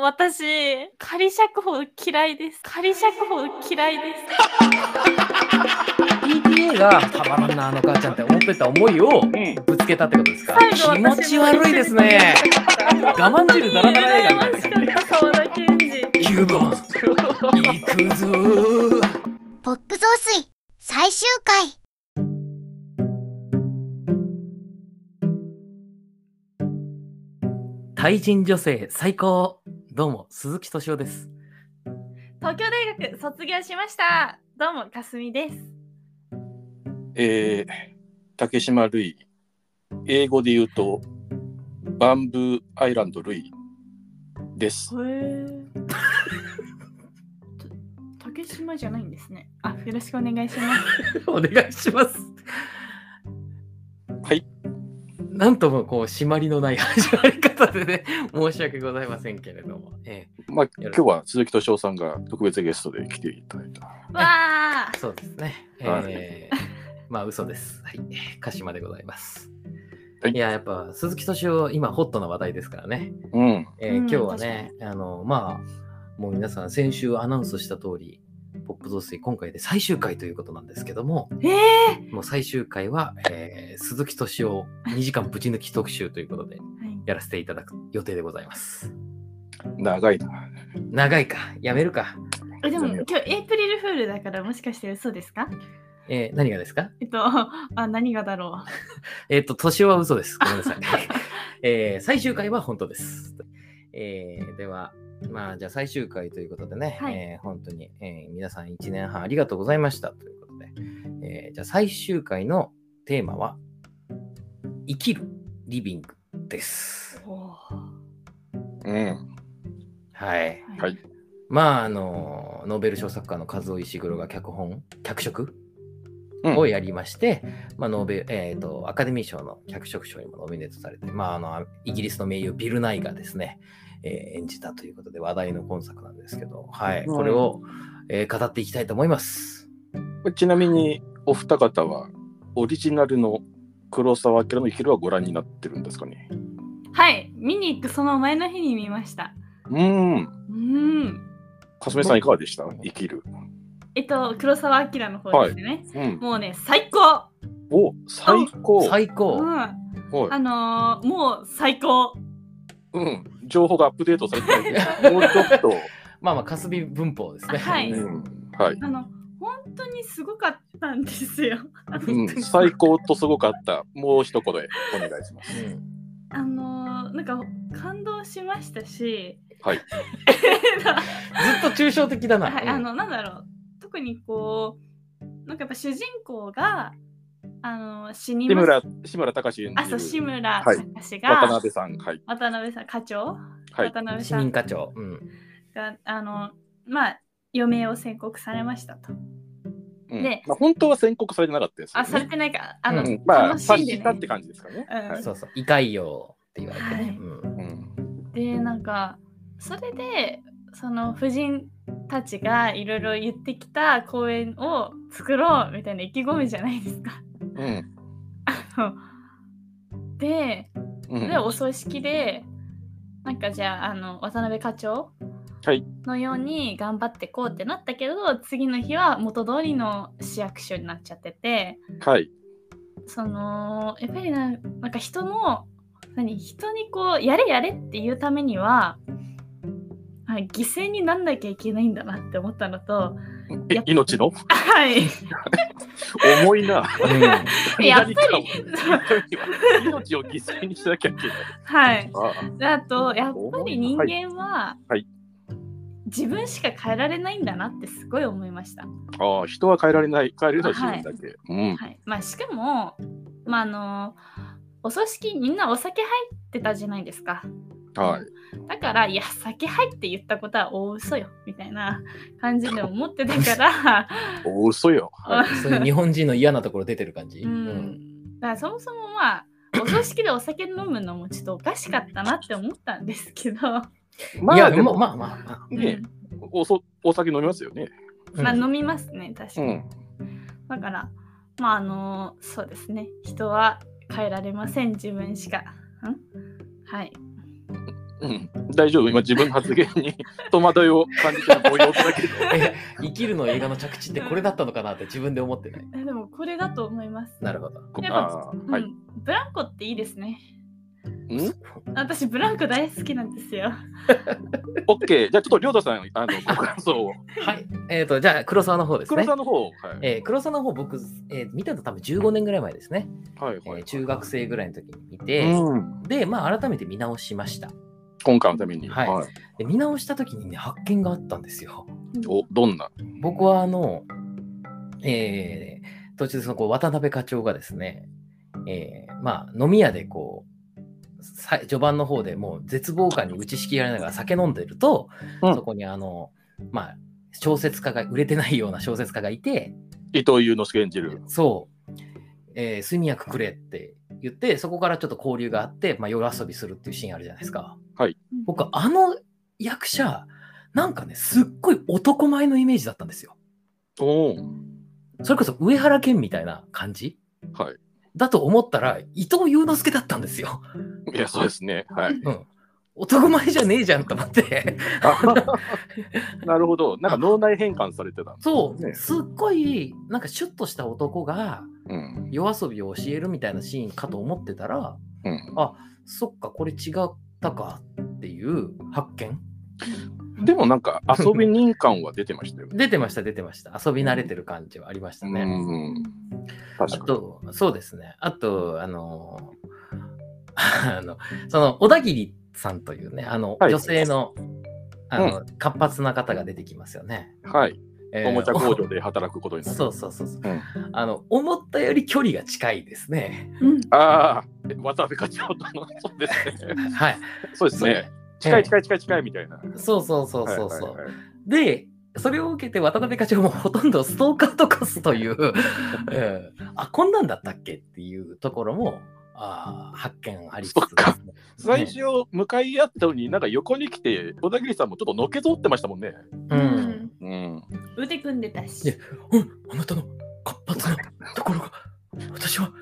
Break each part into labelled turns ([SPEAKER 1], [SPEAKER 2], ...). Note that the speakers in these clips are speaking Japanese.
[SPEAKER 1] 私、仮釈放嫌いです。仮釈放嫌いです。
[SPEAKER 2] PTA がたまらんなあの母ちゃんって思ってた思いを
[SPEAKER 3] うん。
[SPEAKER 2] ぶつけたってことですか
[SPEAKER 1] 最後
[SPEAKER 2] 気持ち悪いですね。我慢汁だらだら映画みた
[SPEAKER 1] 羨
[SPEAKER 2] いな
[SPEAKER 1] ましかった沢田研二。
[SPEAKER 2] 9番行くぞー
[SPEAKER 4] ポップ増水最終回
[SPEAKER 2] タイ人女性最高どうも鈴木敏夫です
[SPEAKER 1] 東京大学卒業しました。どうも、かすみです。
[SPEAKER 3] えー、竹島るい。英語で言うと、バンブーアイランドるいです。
[SPEAKER 1] へ竹島じゃないんですね。あ、よろしくお願いします。
[SPEAKER 2] お願いします
[SPEAKER 3] はい
[SPEAKER 2] なんともこう締まりのない始まり方でね申し訳ございませんけれども、え
[SPEAKER 3] まあ、今日は鈴木敏夫さんが特別ゲストで来ていただいた。
[SPEAKER 1] わあ
[SPEAKER 2] え、そうですね、
[SPEAKER 3] はい
[SPEAKER 2] ええまあ嘘ですはい鹿島でございます、
[SPEAKER 3] はい
[SPEAKER 2] い、ややっぱ鈴木敏夫今ホットな話題ですからね
[SPEAKER 3] うん。
[SPEAKER 2] えー
[SPEAKER 1] うん
[SPEAKER 2] 今日はね、あの、まあ、もう皆さん先週アナウンスした通り、ポップ増水今回で最終回ということなんですけども、
[SPEAKER 1] ええ
[SPEAKER 2] もう最終回は、えー鈴木敏夫2時間ぶち抜き特集ということで
[SPEAKER 1] はい
[SPEAKER 2] やらせていただく予定でございます。
[SPEAKER 3] 長いな。
[SPEAKER 2] 長いか、やめるか。
[SPEAKER 1] えでも今日エイプリルフールだからもしかして嘘ですか
[SPEAKER 2] えー何がですか
[SPEAKER 1] えっと、あ何がだろ
[SPEAKER 2] えっ、と、敏夫は嘘です。ごめんなさい。 えー最終回は本当です。えーでは、まあ、じゃあ最終回ということでね、
[SPEAKER 1] はい
[SPEAKER 2] えー本当に、えー皆さん1年半ありがとうございましたということで、えーじゃあ最終回のテーマは、生きるリビングです。
[SPEAKER 1] う。お
[SPEAKER 3] うん。
[SPEAKER 2] はい。
[SPEAKER 1] ー
[SPEAKER 3] はい
[SPEAKER 2] まあ、あの、ノーベル賞作家の和尾石黒が脚本、脚色
[SPEAKER 3] うん
[SPEAKER 2] をやりまして、まあノーベルえー、とアカデミー賞の脚色賞にもノミネートされて、まあ、あのイギリスの名優ビル・ナイがですね、えー演じたということで話題の今作なんですけど、はい、
[SPEAKER 3] うん
[SPEAKER 2] これを、えー語っていきたいと思います。
[SPEAKER 3] これちなみに、お二方は、オリジナルの黒沢明の生きるはご覧になってるんですかね。
[SPEAKER 1] はい、見に行くその前の日に見ました。
[SPEAKER 3] うん。
[SPEAKER 1] うん。
[SPEAKER 3] かすみさん、いかがでした生きる。
[SPEAKER 1] えっと、黒沢明の方ですね。
[SPEAKER 3] うん。
[SPEAKER 1] もうね、最高、
[SPEAKER 3] お、最高。
[SPEAKER 2] 最
[SPEAKER 1] う
[SPEAKER 2] 高、
[SPEAKER 1] ん、
[SPEAKER 3] おい
[SPEAKER 1] あのーもう最高
[SPEAKER 3] うん。情報がアップデートされてない。もうちょっと。
[SPEAKER 2] まあまあ、かすみ文法ですね。
[SPEAKER 1] あはい
[SPEAKER 3] うん。はい。
[SPEAKER 1] あの、本当にすごかったんですよ。
[SPEAKER 3] うん、最高とすごかった。もう一言でお願いします。
[SPEAKER 2] うん
[SPEAKER 1] あのーなんか感動しましたし、
[SPEAKER 3] はい。
[SPEAKER 1] えっと
[SPEAKER 2] ずっと抽象的だな。
[SPEAKER 1] はい、
[SPEAKER 2] うん
[SPEAKER 1] あの、なんだろう、特にこう、なんかやっぱ主人公が、あのー死に
[SPEAKER 3] 志
[SPEAKER 1] ま
[SPEAKER 3] 村
[SPEAKER 1] す。、
[SPEAKER 3] 志村隆史演
[SPEAKER 1] あ、そう、
[SPEAKER 3] じ
[SPEAKER 1] 志
[SPEAKER 3] る
[SPEAKER 1] 村
[SPEAKER 3] はい
[SPEAKER 1] 隆が、
[SPEAKER 3] 渡辺さん。はい。
[SPEAKER 1] 渡辺さん、課長、
[SPEAKER 3] はい。
[SPEAKER 1] 渡辺
[SPEAKER 2] 市
[SPEAKER 1] さん
[SPEAKER 2] 民課長。うん
[SPEAKER 1] が、あの、まあ、余命を宣告されましたと。
[SPEAKER 3] うん
[SPEAKER 1] で
[SPEAKER 3] まあ、本当は宣告されてなかったですよ、
[SPEAKER 1] あ、
[SPEAKER 3] ね。
[SPEAKER 1] されてないか、あの、
[SPEAKER 2] うん
[SPEAKER 3] うんまあ、
[SPEAKER 1] 楽し
[SPEAKER 3] 察
[SPEAKER 1] んで
[SPEAKER 3] したっ
[SPEAKER 1] ね
[SPEAKER 3] て。感じですかね。
[SPEAKER 1] うん
[SPEAKER 3] はい
[SPEAKER 2] そうそう、異界よって言われてね。
[SPEAKER 1] はい
[SPEAKER 2] うん
[SPEAKER 3] うん
[SPEAKER 1] で、なんか、それで、その夫人たちがいろいろ言ってきた公演を作ろうみたいな意気込みじゃないですか。
[SPEAKER 3] うん
[SPEAKER 1] で、
[SPEAKER 3] う
[SPEAKER 1] で
[SPEAKER 3] ん
[SPEAKER 1] お葬式でなんかじゃああの渡辺課長
[SPEAKER 3] はい
[SPEAKER 1] のように頑張ってこうってなったけど、次の日は元通りの市役所になっちゃってて
[SPEAKER 3] はい。
[SPEAKER 1] そのやっぱりななんか人の何人にこうやれやれっていうためにはあ犠牲になんなきゃいけないんだなって思ったのと
[SPEAKER 3] え命の
[SPEAKER 1] はい
[SPEAKER 3] 重いな。
[SPEAKER 1] や っぱり
[SPEAKER 3] 何かを 命を犠牲にしなきゃいけない。
[SPEAKER 1] はい
[SPEAKER 3] あ
[SPEAKER 1] であとやっぱり人間は、
[SPEAKER 3] はい
[SPEAKER 1] 自分しか変えられないんだなってすごい思いました。
[SPEAKER 3] あああ、人は変えられない。変えるのは自分だけ。うん。
[SPEAKER 1] はいまあ、しかも、まあ、あのお葬式みんなお酒入ってたじゃないですか
[SPEAKER 3] はい。
[SPEAKER 1] だから「いや酒入って言ったことは大嘘よ」みたいな感じで思ってたから, 、
[SPEAKER 3] お嘘よ。はい
[SPEAKER 2] うんそういう日本人の嫌なところ出てる感じ。
[SPEAKER 1] う
[SPEAKER 2] うん
[SPEAKER 1] ん、だからそもそもまあお葬式でお酒飲むのもちょっとおかしかったなって思ったんですけど、
[SPEAKER 3] ま
[SPEAKER 2] いや、
[SPEAKER 3] あ、
[SPEAKER 2] で
[SPEAKER 3] で
[SPEAKER 2] も
[SPEAKER 3] も、
[SPEAKER 2] まあまあまあ。
[SPEAKER 3] ね、おそお酒飲みますよね。
[SPEAKER 1] うんまあ、飲みますね確か
[SPEAKER 3] う
[SPEAKER 1] に、
[SPEAKER 3] ん。
[SPEAKER 1] だからまああのそうですね人は変えられません自分しかんはい
[SPEAKER 3] うん、大丈夫、今自分の発言に 戸惑いを感じてるご様子だけど。
[SPEAKER 2] え生きるの映画の着地ってこれだったのかなって自分で思ってない。
[SPEAKER 1] えでもこれだと思います。
[SPEAKER 2] なるほど。
[SPEAKER 1] やっぱ、
[SPEAKER 3] あ
[SPEAKER 1] う
[SPEAKER 3] ー
[SPEAKER 1] ん
[SPEAKER 3] はい。
[SPEAKER 1] ブランコっていいですね。
[SPEAKER 3] ん
[SPEAKER 1] 私ブランコ大好きなんですよ。
[SPEAKER 3] オッケー。じゃあちょっとりょうたさん、あの、ご感想を。
[SPEAKER 2] はい。えっ、と、じゃあ、黒沢の方です
[SPEAKER 3] 黒
[SPEAKER 2] ね
[SPEAKER 3] 沢。の方、はい。
[SPEAKER 2] えー黒沢の方、僕、えー見たの多分15年ぐらい前ですね。
[SPEAKER 3] はい
[SPEAKER 2] え
[SPEAKER 3] は
[SPEAKER 2] ー
[SPEAKER 3] い。
[SPEAKER 2] 中学生ぐらいの時に見て、
[SPEAKER 3] うん。
[SPEAKER 2] で、まあ、改めて見直しました。
[SPEAKER 3] 今回のために。
[SPEAKER 2] はい
[SPEAKER 3] はい。
[SPEAKER 2] で見直した時にね、発見があったんですよ。
[SPEAKER 3] お、どんな。
[SPEAKER 2] 僕は、あの、えー途中でそのこう渡辺課長がですね、えーまあ、飲み屋でこう、さ序盤の方でもう絶望感に打ちしきられながら酒飲んでると、
[SPEAKER 3] うん
[SPEAKER 2] そこにあの、まあ、小説家が、売れてないような小説家がいて、
[SPEAKER 3] 伊藤優之介演じる。
[SPEAKER 2] そう、えー睡眠薬くれって言って、そこからちょっと交流があって、まあ、夜遊びするっていうシーンあるじゃないですか。僕、あの役者、なんかね、すっごい男前のイメージだったんですよ。
[SPEAKER 3] おお。
[SPEAKER 2] それこそ上原健みたいな感じ
[SPEAKER 3] はい。
[SPEAKER 2] だと思ったら、伊藤祐之介だったんですよ。
[SPEAKER 3] いや、そうですね。 はい。
[SPEAKER 2] うん。男前じゃねえじゃんと思って。
[SPEAKER 3] あなるほど。なんか脳内変換されてたんですね
[SPEAKER 2] そう、
[SPEAKER 3] ね
[SPEAKER 2] すっごい、なんかシュッとした男が
[SPEAKER 3] うん。
[SPEAKER 2] 夜遊びを教えるみたいなシーンかと思ってたら、
[SPEAKER 3] うん
[SPEAKER 2] そっか、これ違ったかっていう発見。
[SPEAKER 3] でもなんか遊び人感は出てましたよね。
[SPEAKER 2] 出てました、出てました。遊び慣れてる感じはありました ね。
[SPEAKER 3] うん。
[SPEAKER 2] あ
[SPEAKER 3] 確か
[SPEAKER 2] と、そうですね。あと、あの ーあの、その、小田切さんというね、あの、
[SPEAKER 3] はい
[SPEAKER 2] 女性の、あの、活発な方が出てきますよね。
[SPEAKER 3] に。はい。
[SPEAKER 2] えー
[SPEAKER 3] おもちゃ工場で働くことになる。
[SPEAKER 2] そうそうそうそう、
[SPEAKER 3] うん
[SPEAKER 2] あの、思ったより距離が近いですね。
[SPEAKER 1] うん。
[SPEAKER 3] ああ、え渡辺課長との、そうで すね。
[SPEAKER 2] はい。
[SPEAKER 3] そうですね。近い近い近い近いみたいな。
[SPEAKER 2] そうそうそうそうそう。
[SPEAKER 3] はいはいはい
[SPEAKER 2] で、それを受けて渡辺課長もほとんどストーカーと化すという、 ええあ、こんなんだったっけっていうところも、あー発見ありつつ
[SPEAKER 3] そっか
[SPEAKER 2] ね
[SPEAKER 3] 最初、向かい合ったのに、なんか横に来て、小田切さんもちょっとのけぞってましたもんね。
[SPEAKER 2] う
[SPEAKER 1] うんん。
[SPEAKER 3] うん。
[SPEAKER 1] 腕組んでた
[SPEAKER 2] い や
[SPEAKER 1] し。
[SPEAKER 2] うん、あなたの活発なところが、私は、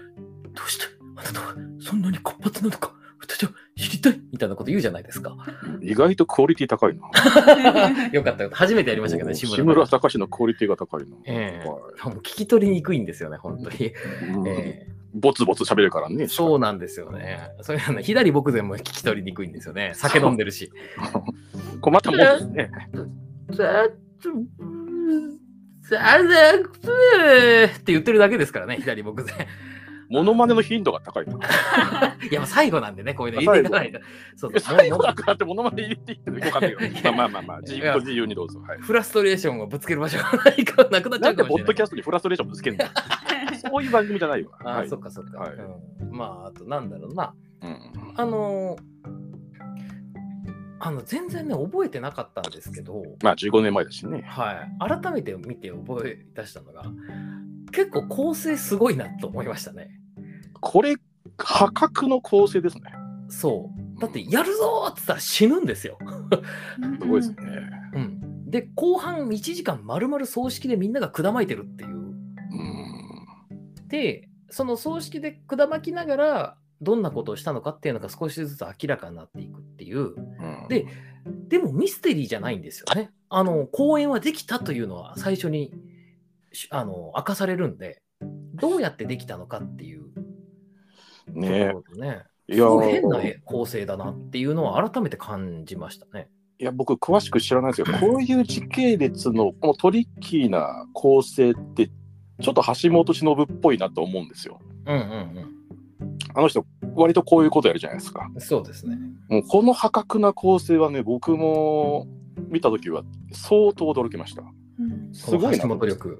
[SPEAKER 2] どうしてあなたはそんなに活発なのか、私は知りたいみたいなこと言うじゃないです か。
[SPEAKER 3] 意外とクオリティ高いな。
[SPEAKER 2] よかったよかった。初めてやりましたけどね、志
[SPEAKER 3] 志
[SPEAKER 2] 村
[SPEAKER 3] 村隆のクオリティが高いな。
[SPEAKER 2] ええ
[SPEAKER 3] は
[SPEAKER 2] もう聞き取りにくいんですよね、本当に。
[SPEAKER 3] いうん
[SPEAKER 2] え
[SPEAKER 3] ぼつぼつ喋るから
[SPEAKER 2] え
[SPEAKER 3] ね。
[SPEAKER 2] そうなんですよね。それなの左僕でも聞き取りにくいんですよね。酒飲んでるし。
[SPEAKER 3] 困ったもんですね。
[SPEAKER 2] ざっと、ざざくーって言ってるだけですからね、左僕で。
[SPEAKER 3] モノマネの頻度が高いな。
[SPEAKER 2] いや、もう最後なんでね、こういうの入れていかないと。そうそう。
[SPEAKER 3] 最後だからってモノマネ入れていってもよかったよ。まあまあまあまあ、自
[SPEAKER 2] いや
[SPEAKER 3] 由自由にどうぞ。はい。
[SPEAKER 2] フラストレーションをぶつける場所がないからなくなっちゃ
[SPEAKER 3] な
[SPEAKER 2] うん
[SPEAKER 3] で
[SPEAKER 2] かもし
[SPEAKER 3] ポ
[SPEAKER 2] れな
[SPEAKER 3] ッド
[SPEAKER 2] い
[SPEAKER 3] キ。ャストにフラストレーションぶつけるのそういう番組じゃないよ。
[SPEAKER 2] ああ、
[SPEAKER 3] はい
[SPEAKER 2] そっかそっか、
[SPEAKER 3] はい
[SPEAKER 2] うん。まあ、あとなんだろうな。
[SPEAKER 3] うん
[SPEAKER 2] あのーあの全然ね、覚えてなかったんですけど、
[SPEAKER 3] まあ15年前だしね。
[SPEAKER 2] はい、改めて見て覚え出したのが、結構構成すごいなと思いましたね。
[SPEAKER 3] これ、破格の構成ですね。
[SPEAKER 2] そう。だって、やるぞーって言ったら死ぬんですよ。
[SPEAKER 3] すごいですね。
[SPEAKER 2] うん。で、後半1時間丸々葬式でみんながくだまいてるっていう
[SPEAKER 3] うん。
[SPEAKER 2] でその葬式でくだまきながらどんなことをしたのかっていうのが少しずつ明らかになっていくっていう
[SPEAKER 3] うん
[SPEAKER 2] ででもミステリーじゃないんですよねあの公演はできたというのは最初にしあの明かされるんでどうやってできたのかっていうとこ
[SPEAKER 3] ね
[SPEAKER 2] ろとね
[SPEAKER 3] え。い
[SPEAKER 2] す
[SPEAKER 3] や
[SPEAKER 2] ごい変な
[SPEAKER 3] ー、
[SPEAKER 2] 構成だなっていうのは改めて感じましたね。
[SPEAKER 3] いや僕、詳しく知らない ですけど、こういう時系列のこのトリッキーな構成って、ちょっと橋本忍っぽいなと思うんですよ。
[SPEAKER 2] うんうん
[SPEAKER 3] あの人、割とこういうことやるじゃないですか。
[SPEAKER 2] うん、そうですね。
[SPEAKER 3] もうこの破格な構成はね、僕も見たときは相当驚きました。
[SPEAKER 1] うん
[SPEAKER 3] すごいな。
[SPEAKER 2] 橋本。力、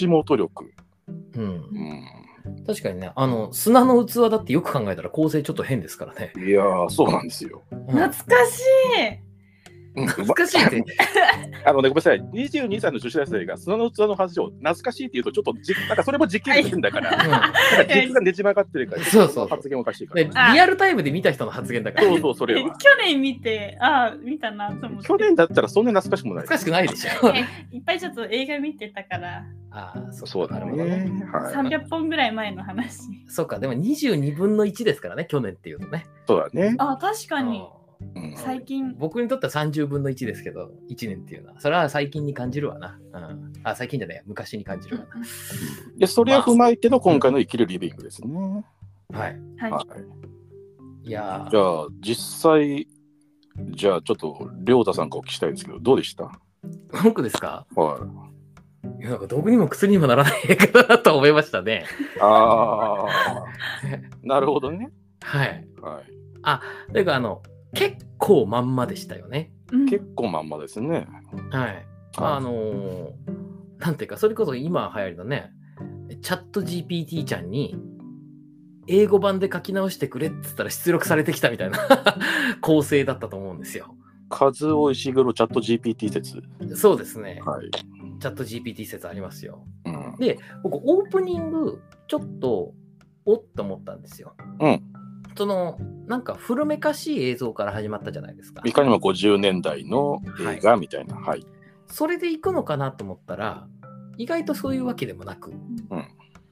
[SPEAKER 3] 橋本力。
[SPEAKER 2] うん
[SPEAKER 3] う
[SPEAKER 2] うんん。確かにね、あの砂の器だってよく考えたら構成ちょっと変ですからね。
[SPEAKER 3] いやー、そうなんですよ。
[SPEAKER 2] うん
[SPEAKER 1] 懐かしい。
[SPEAKER 3] 懐
[SPEAKER 2] 難しいって。
[SPEAKER 3] あのね、ごめんなさい、22歳の女子大生が砂の器の話を懐かしいって言うと、ちょっとじ、なんかそれも時系列変だ から、なんか軸がねじ曲がってるから、
[SPEAKER 2] そうそう
[SPEAKER 3] 発言おかしいか
[SPEAKER 2] で
[SPEAKER 3] ら
[SPEAKER 2] リ
[SPEAKER 3] ね。
[SPEAKER 2] アルタイムで見た人の発言だから、
[SPEAKER 3] そう
[SPEAKER 2] ね、
[SPEAKER 3] そう、それは。
[SPEAKER 1] 去年見て、ああ、見たなと思って。
[SPEAKER 3] 去年だったらそんなに懐かしくもない
[SPEAKER 2] 難しくないでしょ。
[SPEAKER 1] えいっぱいちょっと映画見てたから、
[SPEAKER 2] ああ、そっか
[SPEAKER 3] そうだ
[SPEAKER 2] なるほど
[SPEAKER 3] ね。はい。
[SPEAKER 1] 300本ぐらい前の話。
[SPEAKER 2] そうか、でも22分の1ですからね、去年っていうとね。
[SPEAKER 3] そうだね。
[SPEAKER 1] あ確かに。
[SPEAKER 2] あ
[SPEAKER 3] うん
[SPEAKER 1] 最近
[SPEAKER 2] 僕にとっては30分の1ですけど、1年っていうのは。それは最近に感じるわな。うん、あ、最近じゃないや、昔に感じるわ
[SPEAKER 3] で、それを踏まえての今回の生きるリビングですね。
[SPEAKER 2] な。はい。
[SPEAKER 1] は
[SPEAKER 3] はいい。
[SPEAKER 2] いや
[SPEAKER 3] じ
[SPEAKER 2] ー、
[SPEAKER 3] ゃあ、実際、じゃあちょっと、亮太さんからお聞きしたいんですけど、どうでした
[SPEAKER 2] 文句ですか
[SPEAKER 3] はい
[SPEAKER 2] や、なんか毒にも薬にもならない映画だなと思いましたね。
[SPEAKER 3] い。ああ、 なるほどね。
[SPEAKER 2] はい。
[SPEAKER 3] は
[SPEAKER 2] というか、あの、結構まんまでしたよね。
[SPEAKER 1] うん
[SPEAKER 3] い。結構まんまですね。
[SPEAKER 2] はい。あのーなんていうか、それこそ今流行りのね、チャット GPT ちゃんに、英語版で書き直してくれって言ったら出力されてきたみたいな 構成だったと思うんですよ。
[SPEAKER 3] カズオイシグロチャット GPT 説。
[SPEAKER 2] そうですね。
[SPEAKER 3] はい。
[SPEAKER 2] チャット GPT 説ありますよ。
[SPEAKER 3] うん。
[SPEAKER 2] 僕、オープニング、ちょっと、おっと思ったんですよ。
[SPEAKER 3] うん
[SPEAKER 2] その、なんか古めかしい映像から始まったじゃないですか。
[SPEAKER 3] いかにも50年代の映画みたいな。はい。
[SPEAKER 2] それで行くのかなと思ったら、意外とそういうわけでもなく、
[SPEAKER 3] ん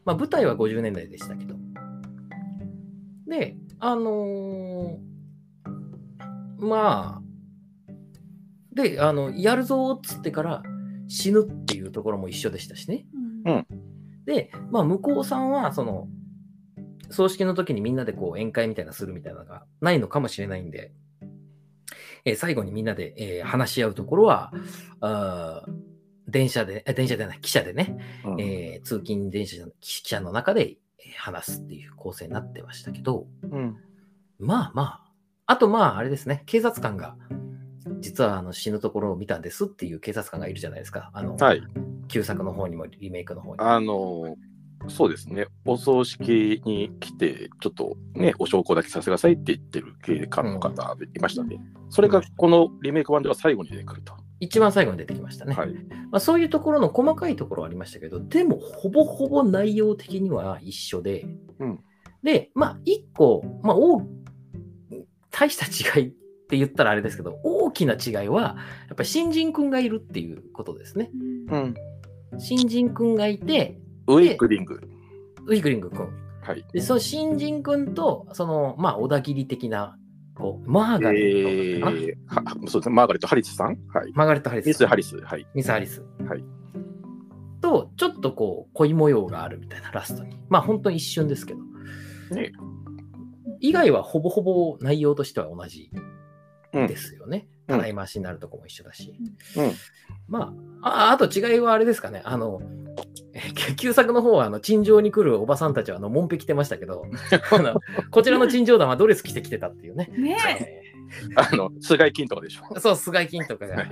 [SPEAKER 2] まあ、舞台は50年代でしたけど。で、あのーまあ、で、あの、やるぞーっつってから死ぬっていうところも一緒でしたしね。
[SPEAKER 1] うん
[SPEAKER 2] で、まあ、向こうさんは、その、葬式の時にみんなでこう宴会みたいなするみたいなのがないのかもしれないんで、えー最後にみんなで、えー話し合うところは、あー電車で、え電車じゃない、汽車でね、
[SPEAKER 3] うん
[SPEAKER 2] えー通勤電車の、汽車の中でえー話すっていう構成になってましたけど、
[SPEAKER 3] うん
[SPEAKER 2] まあまあ、あとまあ、あれですね、警察官が、実はあの死ぬところを見たんですっていう警察官がいるじゃないですか。あの、
[SPEAKER 3] はい。
[SPEAKER 2] 旧作の方にもリメイクの方にも。
[SPEAKER 3] あの、そうですね、お葬式に来て、ちょっとね、お証拠だけさせてくださいって言ってる警官の方いましたね。それがこのリメイク版では最後に出てくると。
[SPEAKER 2] 一番最後に出てきましたね。
[SPEAKER 3] はい。
[SPEAKER 2] まあ、そういうところの細かいところはありましたけど、でもほぼほぼ内容的には一緒で、
[SPEAKER 3] うん
[SPEAKER 2] で、まあ、一個、まあ、大大した違いって言ったらあれですけど、大きな違いは、やっぱり新人くんがいるっていうことですね。
[SPEAKER 3] うん、
[SPEAKER 2] 新人くんがいて、
[SPEAKER 3] ウィークリング。
[SPEAKER 2] ウィグリングくん。
[SPEAKER 3] はい。
[SPEAKER 2] で、その新人くんと、その、まあ、小田切的な、こう、マーガ
[SPEAKER 3] え
[SPEAKER 2] レットかな、
[SPEAKER 3] ー、はそうですね、マーガレット・ハリスさん。はい。
[SPEAKER 2] マーガレット・ハリス。
[SPEAKER 3] ミス・ハリス。はい。
[SPEAKER 2] ミス・アリス。
[SPEAKER 3] はい
[SPEAKER 2] と、ちょっとこう、恋模様があるみたいなラストに。まあ、本当に一瞬ですけど。
[SPEAKER 3] ね
[SPEAKER 2] 以外はほぼほぼ内容としては同じ
[SPEAKER 3] うん
[SPEAKER 2] ですよね。
[SPEAKER 3] うん
[SPEAKER 2] たらい回しになるとこも一緒だし。
[SPEAKER 3] うん
[SPEAKER 2] まあ、ああと違いはあれですかね。あの、えー旧作の方は、あの、陳情に来るおばさんたちは、あの、もんぺ着てましたけど、あのこちらの陳情団はドレス着てきてたっていうね。
[SPEAKER 1] ねえ
[SPEAKER 2] え
[SPEAKER 3] あの、菅井金とかでしょ。
[SPEAKER 2] ーそう、菅井金とかが
[SPEAKER 3] はい。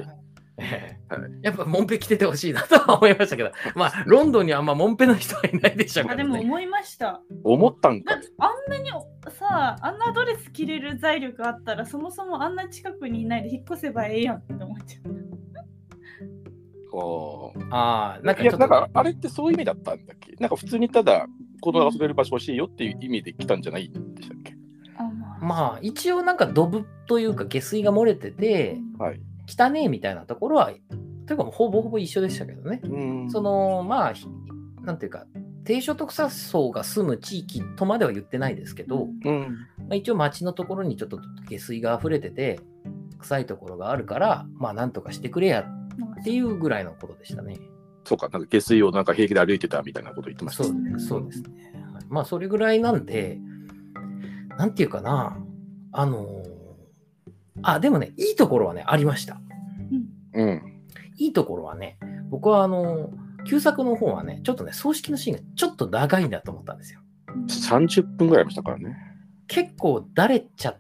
[SPEAKER 2] ええ
[SPEAKER 3] はい
[SPEAKER 2] やっぱもんぺ着ててほしいなとは思いました けど、まあ、ロンドンにはあんまもんぺの人はいないでしょう
[SPEAKER 1] あ
[SPEAKER 2] から、
[SPEAKER 1] で
[SPEAKER 2] ね。
[SPEAKER 1] も思いました。
[SPEAKER 3] 思ったん
[SPEAKER 1] だ
[SPEAKER 3] か
[SPEAKER 1] っ
[SPEAKER 3] ね
[SPEAKER 1] て。あんなにさあんなドレス着れる財力あったらそもそもあんな近くにいないで引っ越せばええやんって思っちゃう。
[SPEAKER 3] あ
[SPEAKER 2] ああ、なん
[SPEAKER 3] あ。
[SPEAKER 2] かちょ
[SPEAKER 3] いや、
[SPEAKER 2] っと、
[SPEAKER 3] なんか、あれってそういう意味だったんだっけなんか、普通にただ、子供が遊べる場所欲しいよっていう意味で来たんじゃないんでしたっけ
[SPEAKER 1] あまあ
[SPEAKER 2] まあ、一応なんかドブというか下水が漏れてて、
[SPEAKER 3] はい。
[SPEAKER 2] 汚ねえみたいなところは、というかもうほぼほぼ一緒でしたけどね。
[SPEAKER 3] うん
[SPEAKER 2] その、まあ、ひなんていうか、低所得者層が住む地域とまでは言ってないですけど、
[SPEAKER 3] うん。
[SPEAKER 2] まあ、一応町のところにちょっと下水が溢れてて、臭いところがあるから、まあ、なんとかしてくれやっていうぐらいのことでしたね。
[SPEAKER 3] そうか、なんか下水をなんか平気で歩いてたみたいなこと言ってました
[SPEAKER 2] そ
[SPEAKER 3] ね。
[SPEAKER 2] うそうですね。はいまあ、それぐらいなんで、なんていうかな、あのーあ、でもね、いいところはね、ありました。
[SPEAKER 3] うん。
[SPEAKER 2] いいところはね、僕はあのー旧作の方はね、ちょっとね、葬式のシーンがちょっと長いなと思ったんですよ。
[SPEAKER 3] 30分ぐらいありましたからね。
[SPEAKER 2] 結構、だれちゃ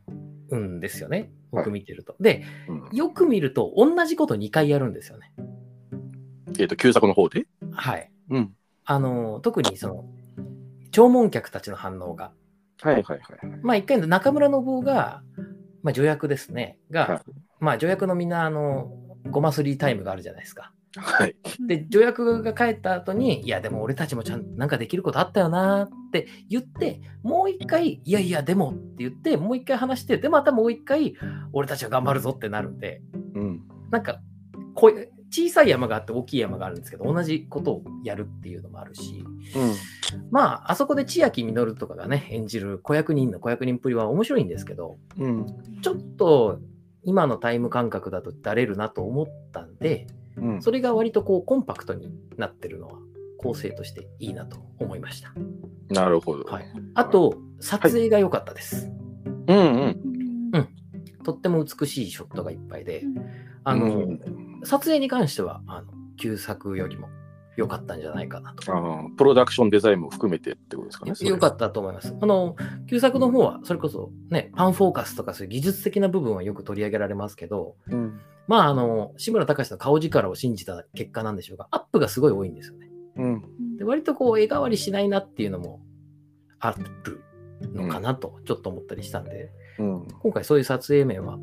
[SPEAKER 2] うんですよね、
[SPEAKER 3] は
[SPEAKER 2] 僕
[SPEAKER 3] い
[SPEAKER 2] 見てると。で、
[SPEAKER 3] うん、
[SPEAKER 2] よく見ると、同じこと2回やるんですよね。
[SPEAKER 3] えっ、と、旧作の方で。
[SPEAKER 2] はい。
[SPEAKER 3] うん。
[SPEAKER 2] あのー特にその、弔問客たちの反応が。
[SPEAKER 3] はいはいはいはい。
[SPEAKER 2] まあ一回の中村信夫が、まあ、助役ですね、が、
[SPEAKER 3] はい
[SPEAKER 2] まあ助役のみんな、あの、ゴマスリータイムがあるじゃないですか。
[SPEAKER 3] はい。
[SPEAKER 2] で、助役が帰った後に、いや、でも俺たちもちゃんなんかできることあったよなって言って、もう一回、いやいや、でもって言って、もう一回話して、で、またもう一回、俺たちは頑張るぞってなるんで、
[SPEAKER 3] うん。
[SPEAKER 2] なんか、こう小さい山があって大きい山があるんですけど同じことをやるっていうのもあるしまああそこで千秋実とかがね演じる子役人の子役人っぷりは面白いんですけど
[SPEAKER 3] うん
[SPEAKER 2] ちょっと今のタイム感覚だとだれるなと思ったんで
[SPEAKER 3] うん
[SPEAKER 2] それが割とこうコンパクトになってるのは構成としていいなと思いました。
[SPEAKER 3] なるほど。
[SPEAKER 2] はい、あと撮影が良かったです。
[SPEAKER 3] うんうん。
[SPEAKER 1] うん
[SPEAKER 2] うんとっても美しいショットがいっぱいで、あの、
[SPEAKER 3] うん
[SPEAKER 2] 撮影に関してはあの旧作よりも良かったんじゃないかなと。
[SPEAKER 3] あープロダクションデザインも含めてってことですかね。
[SPEAKER 2] 良かったと思います。あの旧作の方はそれこそねパンフォーカスとかそういう技術的な部分はよく取り上げられますけど、
[SPEAKER 3] た。うん
[SPEAKER 2] まああの志村隆の顔力を信じた結果なんでしょうが、アップがすごい多いんですよね。
[SPEAKER 3] うん
[SPEAKER 2] で割とこう絵代わりしないなっていうのもあるのかなとちょっと思ったりしたんで、
[SPEAKER 3] うん
[SPEAKER 2] 今回そういう撮影面は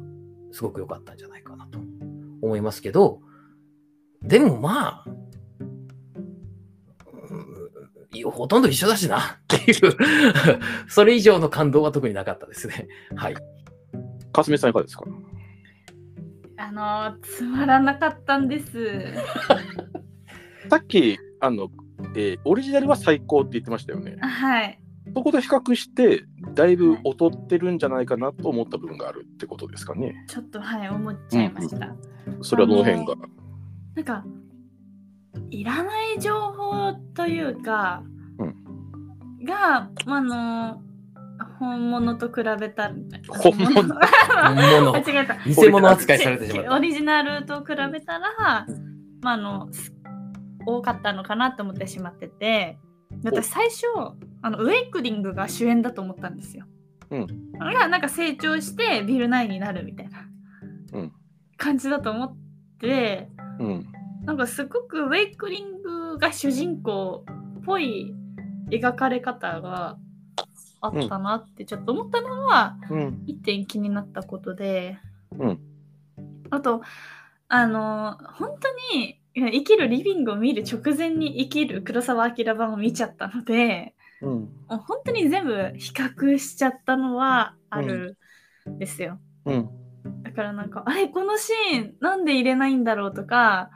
[SPEAKER 2] すごく良かったんじゃないかなと思いますけど、でもまあ、うんほとんど一緒だしなっていう、それ以上の感動は特になかったですね。はい。
[SPEAKER 3] かすみさんいかがですか
[SPEAKER 1] あのーつまらなかったんです。
[SPEAKER 3] さっき、あの、えーオリジナルは最高って言ってましたよね。
[SPEAKER 1] はい。
[SPEAKER 3] そこで比較して、だいぶ劣ってるんじゃないかなと思った部分があるってことですかね。
[SPEAKER 1] ちょっとはい思っちゃいました。
[SPEAKER 3] それはどの辺が。
[SPEAKER 1] なんかいらない情報というか、
[SPEAKER 3] うん
[SPEAKER 1] がまああのー本物と比べたら
[SPEAKER 3] 本物
[SPEAKER 2] 本
[SPEAKER 1] 間
[SPEAKER 2] 物、
[SPEAKER 1] 違えた。
[SPEAKER 2] 偽物扱いされてし ま
[SPEAKER 1] オ
[SPEAKER 2] っ
[SPEAKER 1] リジナルと比べたら、まあ、あのす多かったのかなと思ってしまっててで私最初あのウェイクリングが主演だと思ったんですよ。
[SPEAKER 3] うん
[SPEAKER 1] がなんか成長してビルナインになるみたいな
[SPEAKER 3] うん
[SPEAKER 1] 感じだと思って
[SPEAKER 3] うん。
[SPEAKER 1] なんかすごくウェイクリングが主人公っぽい描かれ方があったなってちょっと思ったのは、
[SPEAKER 3] うん。
[SPEAKER 1] 一点気になったことで、
[SPEAKER 3] うん
[SPEAKER 1] あとあの本当にいや生きるリビングを見る直前に生きる黒澤明版を見ちゃったので
[SPEAKER 3] うん。
[SPEAKER 1] もう本当に全部比較しちゃったのはあるんですよ、
[SPEAKER 3] うん。
[SPEAKER 1] だからなんかあれこのシーンなんで入れないんだろうとか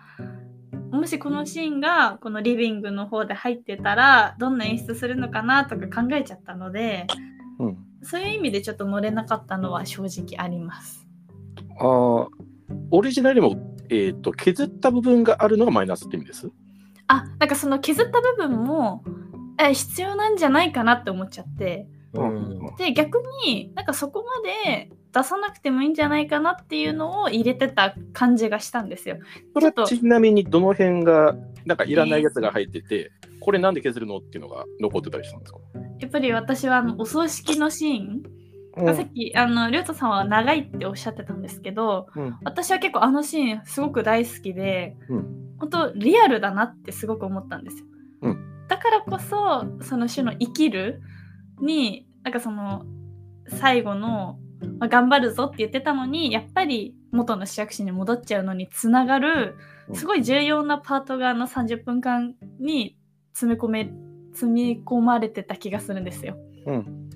[SPEAKER 1] もしこのシーンがこのリビングの方で入ってたらどんな演出するのかなとか考えちゃったので
[SPEAKER 3] うん。
[SPEAKER 1] そういう意味でちょっと乗れなかったのは正直あります。
[SPEAKER 3] あーオリジナルよりも、えー、と削った部分があるのがマイナスって意味です。
[SPEAKER 1] あなんかその削った部分もえ必要なんじゃないかなって思っちゃって
[SPEAKER 2] た。うん
[SPEAKER 1] で逆になんかそこまで出さなくてもいいんじゃないかなっていうのを入れてた感じがしたんですよ。
[SPEAKER 3] それはちなみにどの辺がなんかいらないやつが入ってて、これなんで削るのっていうのが残ってたりしたんですか、
[SPEAKER 1] やっぱり私はあのお葬式のシーン、さっきあのりょうたさんは長いっておっしゃってたんですけど
[SPEAKER 3] うん
[SPEAKER 1] 私は結構あのシーンすごく大好きで、
[SPEAKER 3] う
[SPEAKER 1] 本当リアルだなってすごく思ったんですよ、
[SPEAKER 3] う
[SPEAKER 1] だからこそその種の「生きる」になんかその最後の、まあ頑張るぞって言ってたのにやっぱり元の市役所に戻っちゃうのにつながる
[SPEAKER 3] うん
[SPEAKER 1] すごい重要なパートがあの30分間に詰め込め積み込まれてた気がするんですよ。
[SPEAKER 3] うん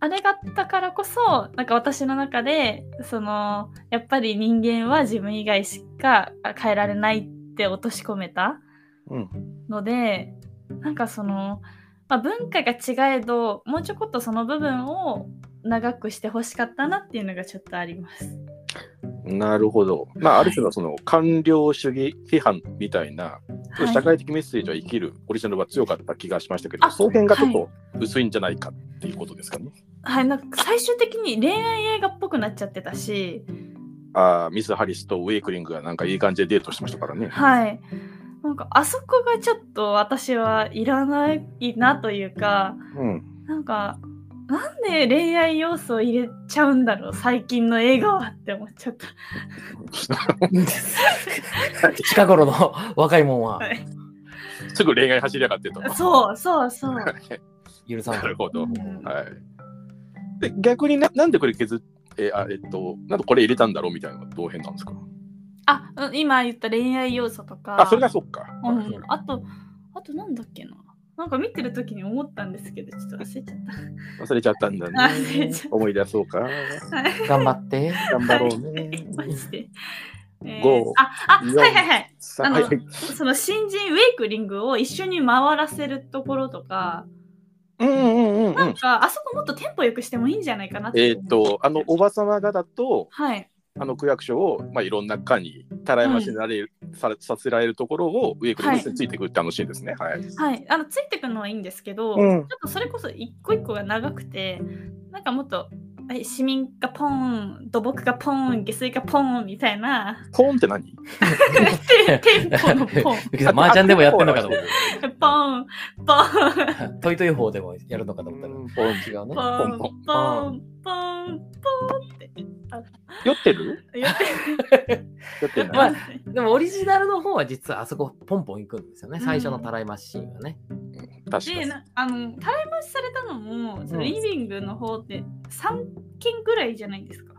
[SPEAKER 1] あれがあったからこそなんか私の中でそのやっぱり人間は自分以外しかあ変えられないって落とし込めた
[SPEAKER 3] うん
[SPEAKER 1] のでなんかその、まあ、文化が違えどもうちょこっとその部分を長くしてほしかったなっていうのがちょっとあります。
[SPEAKER 3] なるほど。まあ、ある種のその官僚主義批判みたいな、
[SPEAKER 1] はい
[SPEAKER 3] 社会的メッセージは生きるオリジナルは強かった気がしましたけど、
[SPEAKER 1] あ
[SPEAKER 3] その辺がちょっと薄いんじゃないかっていうことですかね。
[SPEAKER 1] はい、なんか最終的に恋愛映画っぽくなっちゃってたし、
[SPEAKER 3] ああミス・ハリスとウェイクリングがなんかいい感じでデートしてましたからね。
[SPEAKER 1] はい、なんかあそこがちょっと私はいらないなというか、
[SPEAKER 3] うん、
[SPEAKER 1] なんかなんで恋愛要素を入れちゃうんだろう最近の映画はって思っちゃった。
[SPEAKER 2] 近頃の若いもんは
[SPEAKER 1] はい
[SPEAKER 3] すぐ恋愛走りやがってと。
[SPEAKER 1] そうそうそう。
[SPEAKER 2] 許さ
[SPEAKER 3] な
[SPEAKER 2] ない
[SPEAKER 3] る。ほど。
[SPEAKER 1] うん
[SPEAKER 3] はい。で逆にななんでこれ削っえーあえっと、なんでこれ入れたんだろうみたいなのはどう変なんですか
[SPEAKER 1] あ、うん今言った恋愛要素とか。
[SPEAKER 3] あ、それがそっか。
[SPEAKER 1] う
[SPEAKER 3] はい
[SPEAKER 1] ん、あと、あとなんだっけな。なんか見てる時に思ったんですけど、ちょっと忘れちゃっ
[SPEAKER 3] 忘れちゃったんだ
[SPEAKER 1] た。
[SPEAKER 3] ね。
[SPEAKER 1] 忘れちゃっ
[SPEAKER 3] 思い出そうか。
[SPEAKER 1] た。はい
[SPEAKER 2] 頑張って。
[SPEAKER 3] 頑張ろうね。
[SPEAKER 1] マジで。えー
[SPEAKER 3] 五
[SPEAKER 1] あ、あ、
[SPEAKER 3] 四
[SPEAKER 1] はいはいはい。
[SPEAKER 3] さ
[SPEAKER 1] あの
[SPEAKER 3] はいはい
[SPEAKER 1] その新人ウェイクリングを一緒に回らせるところとか、
[SPEAKER 3] うんうんうんう
[SPEAKER 1] なん
[SPEAKER 3] ん。
[SPEAKER 1] かあそこもっとテンポよくしてもいいんじゃないかなって。
[SPEAKER 3] えーっと、あの、おばさまがだと、
[SPEAKER 1] はい。
[SPEAKER 3] あの区役所を、まあ、いろんな課にたらい回しになれる、されさせられるところをウェイクで結びついてくるってあのシーンですね。はい。
[SPEAKER 1] はい。あの、ついてくのはいいんですけど、
[SPEAKER 3] うん
[SPEAKER 1] ちょっとそれこそ一個一個が長くて、なんかもっと、はい市民がポーン、土木がポーン、下水がポーンみたい な、
[SPEAKER 3] ポーンって何
[SPEAKER 1] テンポのポーン、
[SPEAKER 2] ゆきさん、麻雀でもやってるのかと思っ
[SPEAKER 1] ポーン、ポーン、
[SPEAKER 2] た。トイトイ方でもやるのかと思ったら
[SPEAKER 3] うんポーン。
[SPEAKER 2] 違う
[SPEAKER 1] ポーン、
[SPEAKER 2] ね。
[SPEAKER 1] ポ
[SPEAKER 3] ポ
[SPEAKER 1] ーン
[SPEAKER 3] ン、
[SPEAKER 1] ポーン、ポーンって
[SPEAKER 3] 酔ってる
[SPEAKER 1] 言って
[SPEAKER 3] 酔って
[SPEAKER 2] ま
[SPEAKER 3] な
[SPEAKER 2] あ
[SPEAKER 3] い。
[SPEAKER 2] でもオリジナルの方は実はあそこポンポン行くんですよね。最初のたらいマシーンはね。
[SPEAKER 3] 確か
[SPEAKER 1] で
[SPEAKER 3] に。
[SPEAKER 1] なあのたらい回しされたのもその
[SPEAKER 2] うん
[SPEAKER 1] リビングの方って3件ぐらいじゃないですか。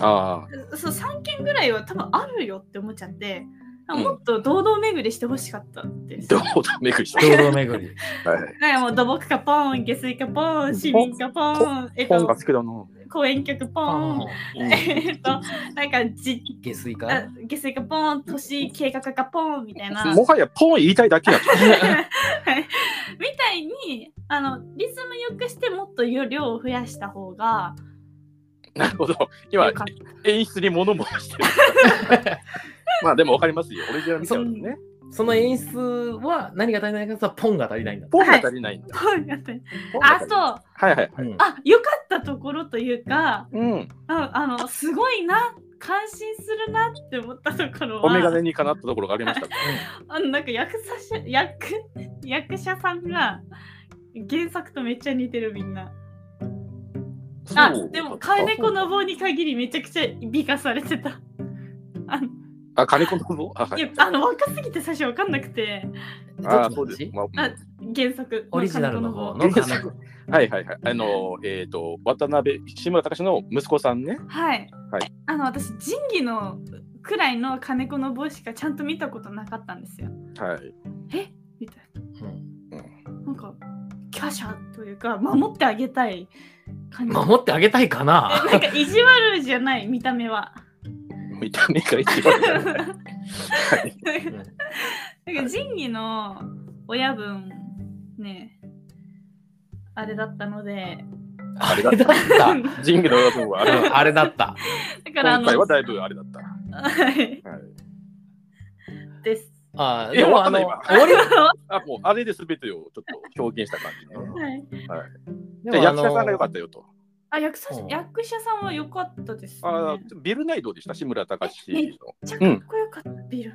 [SPEAKER 3] ああ、
[SPEAKER 1] そう3件ぐらいは多分あるよって思っちゃってあ
[SPEAKER 3] うん
[SPEAKER 1] もっと堂々巡りしてほしかったです。
[SPEAKER 3] どうだ、めくりした。
[SPEAKER 2] 堂々巡 り。
[SPEAKER 3] はい。
[SPEAKER 1] なんかもう土木かポーン、下水かポーン、市民かポーン、えっ
[SPEAKER 3] ポーンが
[SPEAKER 1] と
[SPEAKER 3] 好、きだな。
[SPEAKER 1] 公園局ポーン、えっと、なんかじ
[SPEAKER 2] 下水か
[SPEAKER 1] あ下水かポーン、都市計画かポーンみたいな、
[SPEAKER 3] もはやポーン言いたいだけや ん。
[SPEAKER 1] みたいにあのリズムよくしてもっと量を増やした方が
[SPEAKER 3] なるほど。今
[SPEAKER 1] 良、かった。
[SPEAKER 3] 演出に物申して る。まあでもわかりますよ。オリジナル見ちゃうとね。
[SPEAKER 2] その演出は何が足りないかとはポンが足りないんだ。
[SPEAKER 3] ポーンが足りないんだ。
[SPEAKER 1] ポーンが足り
[SPEAKER 3] ポーンが
[SPEAKER 1] あ
[SPEAKER 3] 足り
[SPEAKER 1] と、
[SPEAKER 3] ない
[SPEAKER 1] あ、
[SPEAKER 3] はいはい。
[SPEAKER 2] うん
[SPEAKER 1] 良かったところというか、
[SPEAKER 3] うん。
[SPEAKER 1] ああの、すごいな、感心するなって思ったところは、
[SPEAKER 3] お眼鏡にかなったところがありました。
[SPEAKER 1] あのなんか役者さ役役者さんが原作とめっちゃ似てるみんな。あ、でも、金子の棒に限りめちゃくちゃ美化されてた。あの
[SPEAKER 3] あ、金子の棒あ、はい
[SPEAKER 1] や
[SPEAKER 3] い。
[SPEAKER 1] あの若すぎて最初わかんなくて
[SPEAKER 3] あ、
[SPEAKER 2] ど
[SPEAKER 3] そ
[SPEAKER 2] っ
[SPEAKER 3] うです
[SPEAKER 2] ち。
[SPEAKER 3] まあ
[SPEAKER 1] あ原作
[SPEAKER 2] オリジナルの方
[SPEAKER 1] 金
[SPEAKER 2] の
[SPEAKER 3] 原作はいはいはい。あの、えっ、と、渡辺、志村隆の息子さんね
[SPEAKER 1] 子。の棒はい、
[SPEAKER 3] はい
[SPEAKER 1] あの私仁義のくらいの金子の棒しかちゃんと見たことなかったんですよ
[SPEAKER 3] はい。
[SPEAKER 1] えみたい
[SPEAKER 2] うん
[SPEAKER 1] ななんか華奢というか守ってあげたい感じ
[SPEAKER 2] 守ってあげたいかな
[SPEAKER 1] え なんか意地悪じゃない見た目は
[SPEAKER 3] 見た目が一番。
[SPEAKER 1] なんか
[SPEAKER 2] ん
[SPEAKER 1] 仁義の親分ねあれだったので
[SPEAKER 2] あれだった。 うん
[SPEAKER 3] ジングの親分はあれだ。
[SPEAKER 2] あれだった。
[SPEAKER 1] だからあ
[SPEAKER 3] 今回
[SPEAKER 1] の
[SPEAKER 3] はだいぶあれだった。
[SPEAKER 1] はい
[SPEAKER 3] はい、
[SPEAKER 1] です
[SPEAKER 2] あー
[SPEAKER 3] いや
[SPEAKER 2] でもあ
[SPEAKER 3] 終
[SPEAKER 2] の、
[SPEAKER 3] わっ
[SPEAKER 2] 終わり
[SPEAKER 3] あ、もうあれで全てをちょっと表現した感じね。
[SPEAKER 1] はい
[SPEAKER 3] で
[SPEAKER 2] でもあ
[SPEAKER 3] 役
[SPEAKER 2] の
[SPEAKER 3] 者さんが良かったよと。
[SPEAKER 1] あ役者
[SPEAKER 2] うん
[SPEAKER 1] 役者さんは良かったです、ね、
[SPEAKER 3] あービルナイドでした、志村隆
[SPEAKER 1] めっちゃかっこよかった、ビル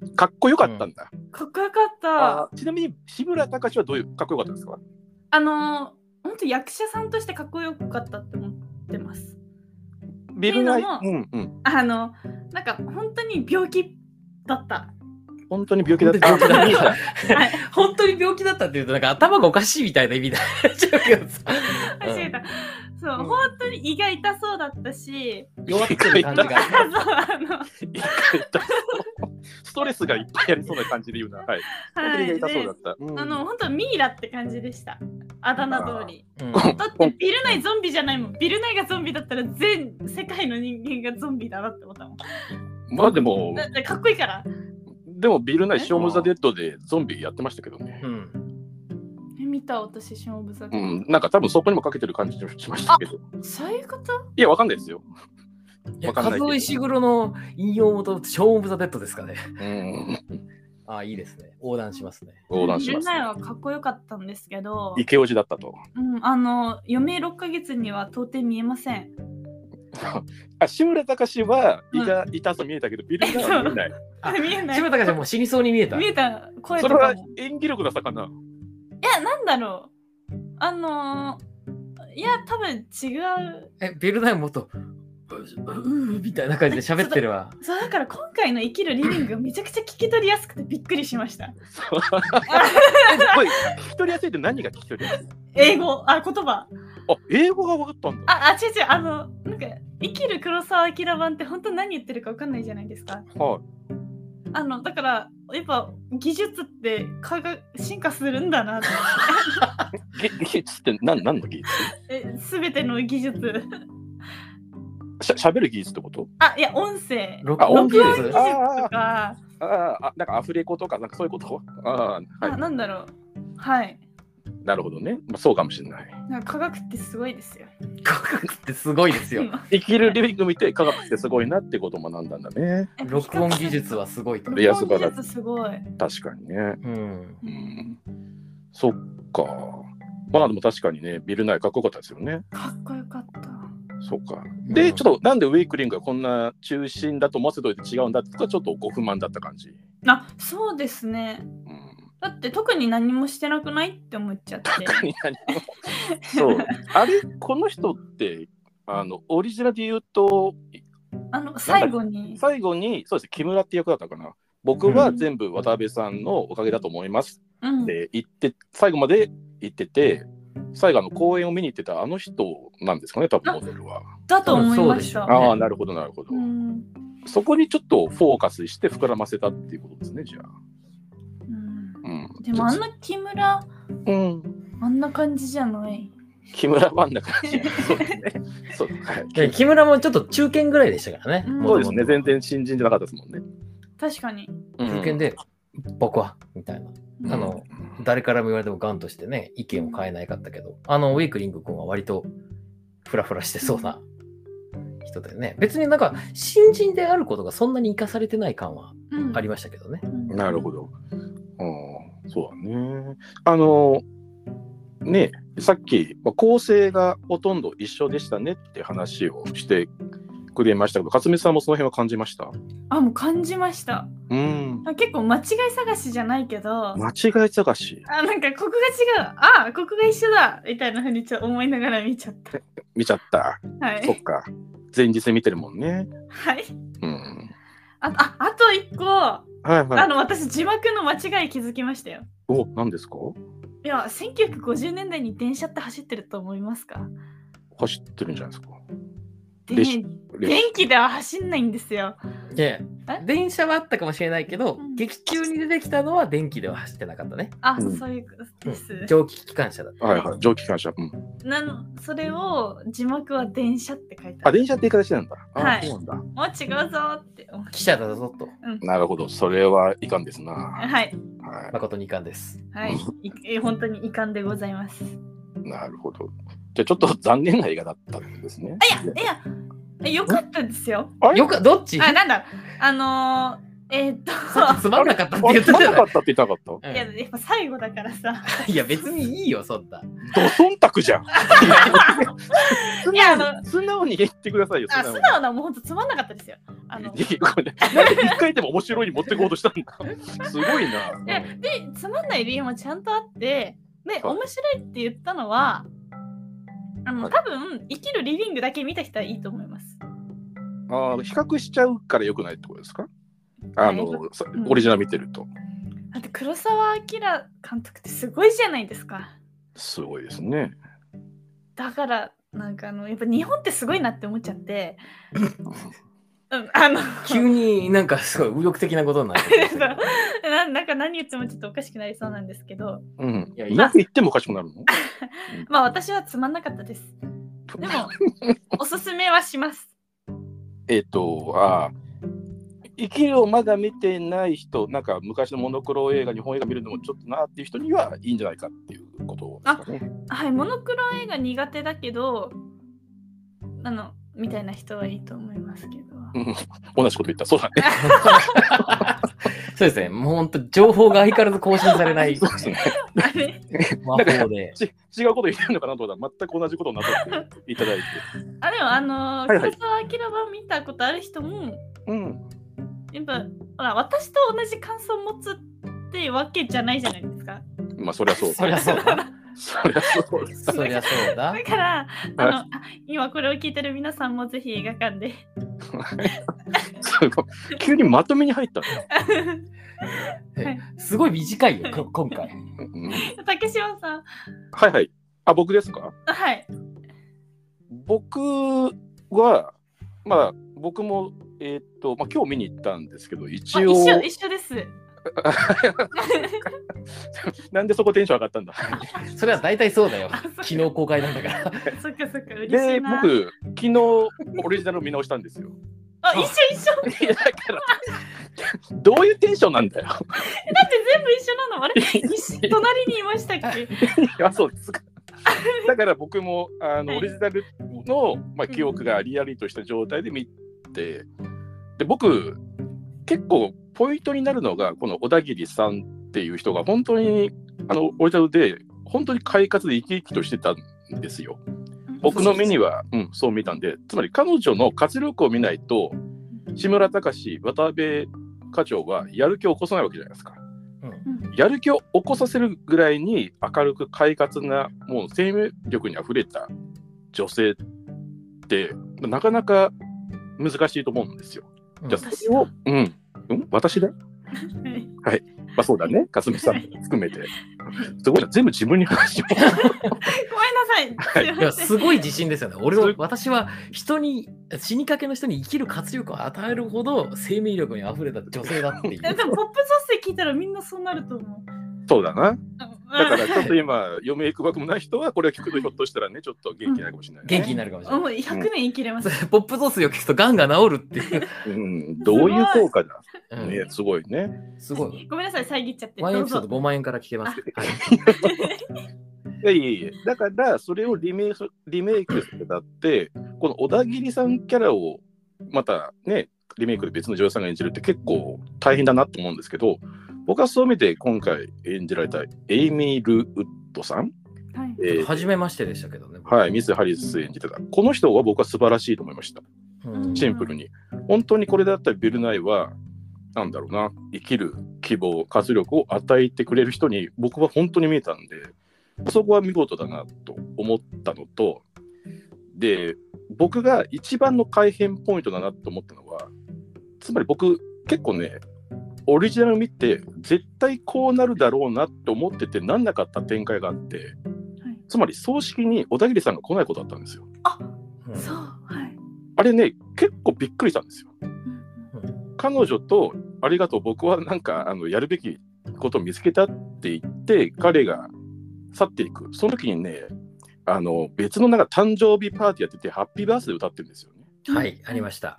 [SPEAKER 1] マ
[SPEAKER 3] の。かっこよかったんだ。
[SPEAKER 1] かっこよかった
[SPEAKER 3] あーちなみに志村隆はどういうかっこよかったですか
[SPEAKER 1] あのー、本当役者さんとしてかっこよかったって思ってます。
[SPEAKER 3] ビルナイ
[SPEAKER 1] っ
[SPEAKER 3] ド。
[SPEAKER 1] ていう
[SPEAKER 3] うんうん。
[SPEAKER 1] あの、なんか本当に病気だった。
[SPEAKER 3] 本当に病気だった。
[SPEAKER 2] 本当に 病気だ
[SPEAKER 3] あ
[SPEAKER 1] はい、
[SPEAKER 2] 本当に病気だったって言うと、なんか頭がおかしいみたいな意味になっちゃうけど さ。
[SPEAKER 1] 間違えた。そう、
[SPEAKER 3] うん
[SPEAKER 1] 本当に胃が痛そうだったし、
[SPEAKER 2] 弱ってる感じ
[SPEAKER 1] そう、あの、
[SPEAKER 2] が。
[SPEAKER 3] いいかいた ストレスがいっぱいありそうな感じで言うな。はい。本当
[SPEAKER 1] は
[SPEAKER 3] に
[SPEAKER 1] い、
[SPEAKER 3] 痛 そうだ
[SPEAKER 1] で
[SPEAKER 3] った。うん
[SPEAKER 1] あの、本当ミイラって感じでした。あだ名通り。
[SPEAKER 2] うん
[SPEAKER 1] だってビル内ゾンビじゃないもん。ビル内がゾンビだったら全世界の人間がゾンビだなって思ったもん。
[SPEAKER 3] まあでも、
[SPEAKER 1] だってかっこいいから。
[SPEAKER 3] でもビルナイショームザ・デッドでゾンビやってましたけどね。
[SPEAKER 2] うん。
[SPEAKER 1] え見た私、ショーブザ
[SPEAKER 3] う
[SPEAKER 1] デッ
[SPEAKER 3] ん、なんか多分そこにもかけてる感じもしましたけど。
[SPEAKER 1] ドそういうこと
[SPEAKER 3] いや、わかんないですよ。
[SPEAKER 2] いや
[SPEAKER 3] わかんな
[SPEAKER 2] カ
[SPEAKER 3] いけ
[SPEAKER 2] ズ
[SPEAKER 3] ど
[SPEAKER 2] オ石黒の引用元、ショーン・オブ・ザ・デッドですかね。
[SPEAKER 3] うん。
[SPEAKER 2] ああ、いいですね。横断しますね。
[SPEAKER 3] 横断します、
[SPEAKER 1] ルナイはかっこよかったんですけど、
[SPEAKER 3] イケオジだったと。
[SPEAKER 1] うん、あの余命6ヶ月には到底見えません。
[SPEAKER 3] あ、志村隆は痛、痛そうに見えたけど、ビルナイは見えない。
[SPEAKER 2] あ
[SPEAKER 1] 見えない
[SPEAKER 2] 志。村隆もう死にそうに見えた。
[SPEAKER 1] 見えた声
[SPEAKER 3] そ
[SPEAKER 1] と
[SPEAKER 3] れ
[SPEAKER 1] か
[SPEAKER 3] は
[SPEAKER 1] も。
[SPEAKER 3] 演技力の差か
[SPEAKER 1] い
[SPEAKER 3] な。
[SPEAKER 1] や、なんだろう。あのー、いや、多分違う。
[SPEAKER 2] え、ベルナイもっと、うううみたいな感じで喋ってる わ。
[SPEAKER 1] そうだから今回の生きるリビングがめちゃくちゃ聞き取りやすくてびっくりしました。
[SPEAKER 3] そうおい聞き取りやすいって何が聞き取りやすい
[SPEAKER 1] 英語、あ、言葉。
[SPEAKER 3] あ、英語が分かったんだ。
[SPEAKER 1] あ、あ、違う違う、あの、なんか、生きる黒沢明版って本当何言ってるか分かんないじゃないですか。
[SPEAKER 3] はい。
[SPEAKER 1] あの、だから、やっぱ技術って科学進化するんだなって。
[SPEAKER 3] 技術って何何の技術
[SPEAKER 1] え、すべての技術。
[SPEAKER 3] しゃしゃべる技術ってこと
[SPEAKER 1] あ、いや、音声。
[SPEAKER 2] 録
[SPEAKER 3] あ音
[SPEAKER 2] 音
[SPEAKER 3] 声
[SPEAKER 2] 技
[SPEAKER 1] 録音
[SPEAKER 2] 術
[SPEAKER 1] 技術とか、
[SPEAKER 3] あーあ、なんかアフレコとか、なんかそういうことああ、
[SPEAKER 1] あ
[SPEAKER 3] はい。
[SPEAKER 1] なんだろう。はい。
[SPEAKER 3] なるほどね。まあ、そうかもしれない。
[SPEAKER 1] なんか科学ってすごいですよ。
[SPEAKER 2] 科学ってすごいですよ。
[SPEAKER 1] 今
[SPEAKER 3] 生きるリビング見て科学ってすごいなってことも学んだんだね。
[SPEAKER 2] 録音技術はすごいと。
[SPEAKER 3] いや素晴
[SPEAKER 1] 録音
[SPEAKER 3] らしい
[SPEAKER 1] 技術すごい。
[SPEAKER 3] 確かにね。
[SPEAKER 2] うん。
[SPEAKER 3] うん。そっか。まあでも確かにね、ビル内かっこよかったですよね。
[SPEAKER 1] かっこよかった。
[SPEAKER 3] そうか。
[SPEAKER 2] う
[SPEAKER 3] で、
[SPEAKER 2] ん
[SPEAKER 3] ちょっとなんでウェイクリングがこんな中心だと思わせといて違うんだってことはちょっとご不満だった感じ。
[SPEAKER 1] あ、そうですね。
[SPEAKER 3] うん。
[SPEAKER 1] だって特に何もしてなくないって思っちゃって。
[SPEAKER 3] 特に何も。そう。あれ、この人って、あの、オリジナルで言うと、
[SPEAKER 1] あの、最後に。
[SPEAKER 3] 最後に、そうですね、木村って役だったかな。僕は全部渡辺さんのおかげだと思います
[SPEAKER 1] うん
[SPEAKER 3] っ。て言って、最後まで言ってて、最後あの公演を見に行ってたあの人なんですかね、多分モデルは。
[SPEAKER 1] だと思いまし
[SPEAKER 2] あ
[SPEAKER 1] た。
[SPEAKER 3] ああ、なるほど、なるほど。
[SPEAKER 1] うん。
[SPEAKER 3] そこにちょっとフォーカスして膨らませたっていうことですね、じゃあ。
[SPEAKER 1] うん
[SPEAKER 3] うん、
[SPEAKER 1] でもあんな木村、
[SPEAKER 3] うん、
[SPEAKER 1] あんな感じじゃない。
[SPEAKER 3] 木村ファン だからね。そうですね。そうはい
[SPEAKER 2] で木村もちょっと中堅ぐらいでしたからね。
[SPEAKER 1] うん
[SPEAKER 2] 元
[SPEAKER 3] そうで
[SPEAKER 2] 々
[SPEAKER 3] すね、全然新人じゃなかったですもんね。
[SPEAKER 1] 確かに。
[SPEAKER 3] うん
[SPEAKER 2] 中堅で、僕は、みたいな。
[SPEAKER 1] うん
[SPEAKER 2] あの、誰からも言われてもガンとしてね、意見を変えないかったけど、あの、ウェイクリング君は割とフラフラしてそうな人だよね。別になんか、新人であることがそんなに生かされてない感は
[SPEAKER 1] うん
[SPEAKER 2] ありましたけどね。
[SPEAKER 1] うん
[SPEAKER 3] なるほど。うん、そうだね。あの、ねさっき、まあ構成がほとんど一緒でしたねって話をしてくれましたけど、勝美さんもその辺は感じました
[SPEAKER 1] あ、もう感じました。
[SPEAKER 3] うん。
[SPEAKER 1] あ結構間違い探しじゃないけど、あ、
[SPEAKER 3] 間違い探し。
[SPEAKER 1] なんかここが違う、あ、ここが一緒だみたいなふうにちょっと思いながら見ちゃった。
[SPEAKER 3] 見ちゃった。
[SPEAKER 1] は
[SPEAKER 3] そっ
[SPEAKER 1] い。
[SPEAKER 3] か。前日で見てるもんね。
[SPEAKER 1] はい。
[SPEAKER 3] うん。
[SPEAKER 1] あああと一個、
[SPEAKER 3] はいはい
[SPEAKER 1] あ。の私字幕の間違い気づきましたよ。
[SPEAKER 3] お、何ですか
[SPEAKER 1] いや、1950年代に電車って走ってると思いますか
[SPEAKER 3] 走ってるんじゃないですか。
[SPEAKER 1] で
[SPEAKER 3] 列
[SPEAKER 1] 電気では走んないんですよ。
[SPEAKER 2] で
[SPEAKER 1] え、
[SPEAKER 2] 電車はあったかもしれないけど、
[SPEAKER 1] うん
[SPEAKER 2] 劇中に出てきたのは電気では走ってなかったね。
[SPEAKER 1] あ、
[SPEAKER 3] うん
[SPEAKER 1] そういうことです。
[SPEAKER 2] 蒸気機関車だった。
[SPEAKER 3] はいはい。蒸気機関車。うん。
[SPEAKER 1] なんそれを字幕は電車って書いてあ
[SPEAKER 3] あ、
[SPEAKER 1] る。
[SPEAKER 3] 電車って言い方してなんだ。あ、
[SPEAKER 1] はい
[SPEAKER 3] そうなんだ。
[SPEAKER 1] もう違うぞーって思う。
[SPEAKER 2] 汽車だぞと、
[SPEAKER 3] なるほど。それはいかんですな。は
[SPEAKER 1] はい、
[SPEAKER 3] い。
[SPEAKER 2] 誠に遺憾です。
[SPEAKER 1] はい、いえ本当に遺憾でございます。い
[SPEAKER 3] なるほど。じゃあちょっと残念な映画だったんですね。
[SPEAKER 1] や、えよかったですよ。
[SPEAKER 3] あれ
[SPEAKER 2] よか、どっち
[SPEAKER 1] あ、なんだ、あのー、えーっと、
[SPEAKER 2] さっきつまんなかったって
[SPEAKER 3] あ
[SPEAKER 2] 言
[SPEAKER 3] れ
[SPEAKER 2] ってた
[SPEAKER 3] つまん
[SPEAKER 2] じ
[SPEAKER 3] な
[SPEAKER 2] ゃ
[SPEAKER 3] か
[SPEAKER 2] な
[SPEAKER 3] っ
[SPEAKER 2] い
[SPEAKER 3] たって言ってなかっ
[SPEAKER 1] いや、やっぱ最後だからさ。
[SPEAKER 2] うんいや、別にいいよ、そんな。
[SPEAKER 3] た。ドソンタクじゃん。
[SPEAKER 1] いや、あの、
[SPEAKER 3] 素直に言ってくださいよ。
[SPEAKER 1] あ
[SPEAKER 3] 素直
[SPEAKER 1] 素
[SPEAKER 3] に。
[SPEAKER 1] 直なもう本当つまんなかったですよ。あの
[SPEAKER 3] いやごめんねなんで一回でも面白いに持ってこうとしたんだ。すごいな。うん
[SPEAKER 1] ででつまんない理由もちゃんとあってで
[SPEAKER 3] は
[SPEAKER 1] 面
[SPEAKER 3] い
[SPEAKER 1] 白いって言ったのはあ
[SPEAKER 3] は
[SPEAKER 1] の
[SPEAKER 3] い
[SPEAKER 1] 多分生きるリビングだけ見た人はいいと思います。
[SPEAKER 3] あー比較しちゃうから良くないってことですかあの、さオリジナル見てると。
[SPEAKER 1] だって黒澤明監督ってすごいじゃないですか。
[SPEAKER 3] すごいですね。
[SPEAKER 1] だからなんかあのやっぱ日本ってすごいなって思っちゃって、うん、あの
[SPEAKER 2] 急になんかすごい右翼的なことになって る。
[SPEAKER 1] ななんか何言ってもちょっとおかしくなりそうなんですけど
[SPEAKER 3] うん。
[SPEAKER 2] いや
[SPEAKER 3] よく言ってもおかしくなるの
[SPEAKER 1] まあ私はつまんなかったです。でもおすすめはします。
[SPEAKER 3] えっ、と、ああ、生きるをまだ見てない人、なんか昔のモノクロ映画、日本映画見るのもちょっとなっていう人にはいいんじゃないかっていうことですかね。
[SPEAKER 1] はい、モノクロ映画苦手だけど、あの、みたいな人はいいと思いますけど。
[SPEAKER 3] うん同じこと言った。そう だね。
[SPEAKER 2] そうですね、もう本当、情報が相変わらず更新されない
[SPEAKER 3] そうですね
[SPEAKER 1] あれ
[SPEAKER 2] 魔法で。
[SPEAKER 3] ち違うこと言ってるのかなと思ったら、全く同じことになっていただいて。
[SPEAKER 1] あれはあの
[SPEAKER 3] はいはい
[SPEAKER 1] 黒澤明版見たことある人も、
[SPEAKER 3] うん。
[SPEAKER 1] やっぱ、ほら、私と同じ感想を持つってわけじゃないじゃないですか。
[SPEAKER 3] まあ、そりゃそう。
[SPEAKER 2] そりゃそうだ。
[SPEAKER 3] そりゃそうです。
[SPEAKER 2] そりゃそうだ
[SPEAKER 1] だ。から、あの、あ今これを聞いてる皆さんもぜひ映画館で。
[SPEAKER 3] すごい急にまとめに入ったね。
[SPEAKER 1] はい
[SPEAKER 2] すごい短いよ、こ今回。
[SPEAKER 3] うん
[SPEAKER 1] 竹島さん、
[SPEAKER 3] はいはい。あ、僕ですか
[SPEAKER 1] はい。
[SPEAKER 3] 僕は、まあ、僕も、えーっと、まあ、今日見に行ったんですけど、
[SPEAKER 1] あ
[SPEAKER 3] 一
[SPEAKER 1] 一
[SPEAKER 3] 応、
[SPEAKER 1] 緒、一緒です。
[SPEAKER 3] なんでそこテンション上がったんだ
[SPEAKER 2] それは大体そうだよ
[SPEAKER 1] あそっか
[SPEAKER 2] 昨日公開なんだから
[SPEAKER 1] そっかそっか嬉し
[SPEAKER 3] で
[SPEAKER 1] いな
[SPEAKER 3] 僕昨日オリジナル見直したんですよ
[SPEAKER 1] あ一緒一緒だ
[SPEAKER 3] いやだから どういうテンションなんだよ
[SPEAKER 1] って全部一緒なのあれ一緒隣にいましたっけ
[SPEAKER 3] いやそうですかだから僕もあ
[SPEAKER 1] は
[SPEAKER 3] の、
[SPEAKER 1] い
[SPEAKER 3] オリジナルの、まあ、記憶がリアリとした状態で見てで僕結構ポイントになるのがこの小田切さんっていう人が本当にあのオリジナルで本当に快活で生き生きとしてたんですよ。僕の目には、うん、そう見たんで、つまり彼女の活力を見ないと、志村隆史、渡辺課長はやる気を起こさないわけじゃないですか。やる気を起こさせるぐらいに明るく快活な、もう生命力にあふれた女性って、なかなか難しいと思うんですよ。
[SPEAKER 2] うん
[SPEAKER 3] じゃあ、それを、うん、うん、私だ、ま
[SPEAKER 1] はい
[SPEAKER 3] あ、そうだね、かすみさん含めて。すごいな、全部自分に話を。
[SPEAKER 1] ごめんなさいす
[SPEAKER 2] いや
[SPEAKER 1] いません
[SPEAKER 2] すごい自信ですよね。俺は私は人に死にかけの人に生きる活力を与えるほど生命力にあふれた女性だ っていう。
[SPEAKER 1] でもポップソースで聞いたらみんなそうなると思う
[SPEAKER 3] そうだな。だか
[SPEAKER 1] うん
[SPEAKER 3] らちょっと今、嫁いくばくもない人は、これを聞くとひょっとしたらね、ちょっと元気になるかもしれない、ね。
[SPEAKER 2] 元気になるかもしれない
[SPEAKER 1] もう100年生きれます。
[SPEAKER 2] ポップゾースを聞くとがんが治るっていう。
[SPEAKER 3] うん、どういう効果だ。
[SPEAKER 2] うん
[SPEAKER 3] ね、すごいね。
[SPEAKER 2] すごい。
[SPEAKER 1] ごめんなさい、遮っちゃって。
[SPEAKER 2] ワン
[SPEAKER 1] ど
[SPEAKER 2] エ
[SPEAKER 1] う
[SPEAKER 2] ピソー
[SPEAKER 1] ぞ。
[SPEAKER 2] ド5万円から聞けます。はい
[SPEAKER 3] いやいやいや、だから、それをリメイク、リメイクするだって、この小田切さんキャラを。またね、リメイクで別の女優さんが演じるって、結構大変だなと思うんですけど。僕はそう見て、今回演じられたエイミールウッドさん。
[SPEAKER 1] はい
[SPEAKER 3] えー
[SPEAKER 2] 初めましてでしたけどね。
[SPEAKER 3] はい、ミス・ハリス演じてた。この人は僕は素晴らしいと思いました。
[SPEAKER 2] うん
[SPEAKER 3] シンプルに。本当にこれだったらビルナイは、なんだろうな、生きる希望、活力を与えてくれる人に僕は本当に見えたんで、そこは見事だなと思ったのと、で、僕が一番の改変ポイントだなと思ったのは、つまり僕、結構ね、オリジナル見て、絶対こうなるだろうなって思ってて、なんなかった展開があって、
[SPEAKER 1] はい
[SPEAKER 3] つまり葬式に小田切さんが来ないことだったんですよ。
[SPEAKER 2] うん
[SPEAKER 1] そう、はい。
[SPEAKER 3] あれね、結構びっくりしたんですよ。
[SPEAKER 1] うん
[SPEAKER 3] 彼女と「ありがとう僕はなんかあのやるべきことを見つけた」って言って彼が去っていくその時にねあの別のなんか誕生日パーティーやってて「ハッピーバースデー」歌ってるんですよね
[SPEAKER 2] はい、ありました。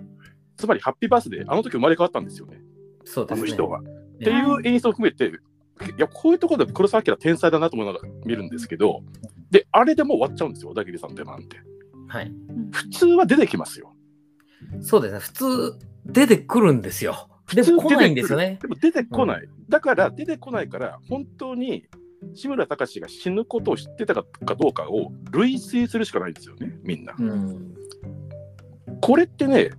[SPEAKER 3] つまりハッピーバースデーあの時生まれ変わったんですよね
[SPEAKER 2] そうで
[SPEAKER 3] あ
[SPEAKER 2] す
[SPEAKER 3] の
[SPEAKER 2] ね。
[SPEAKER 3] 人は。
[SPEAKER 2] い
[SPEAKER 3] っていう演出を含めていやこういうところで黒澤明天才だなと思いながら見るんですけどであれでもう終わっちゃうんですよ小田切さんってなんて
[SPEAKER 2] はい。
[SPEAKER 1] うん
[SPEAKER 3] 普通は出てきますよ
[SPEAKER 2] そうですね。普通出てくるんですよ。で
[SPEAKER 3] 普
[SPEAKER 2] も
[SPEAKER 3] 通
[SPEAKER 2] 来ないんですよね。
[SPEAKER 3] でも出てこない。だから出てこないから、本当に志村隆史が死ぬことを知ってたかどうかを類推するしかないんですよね、みんな。
[SPEAKER 1] 出てくる
[SPEAKER 2] うん
[SPEAKER 3] これってね、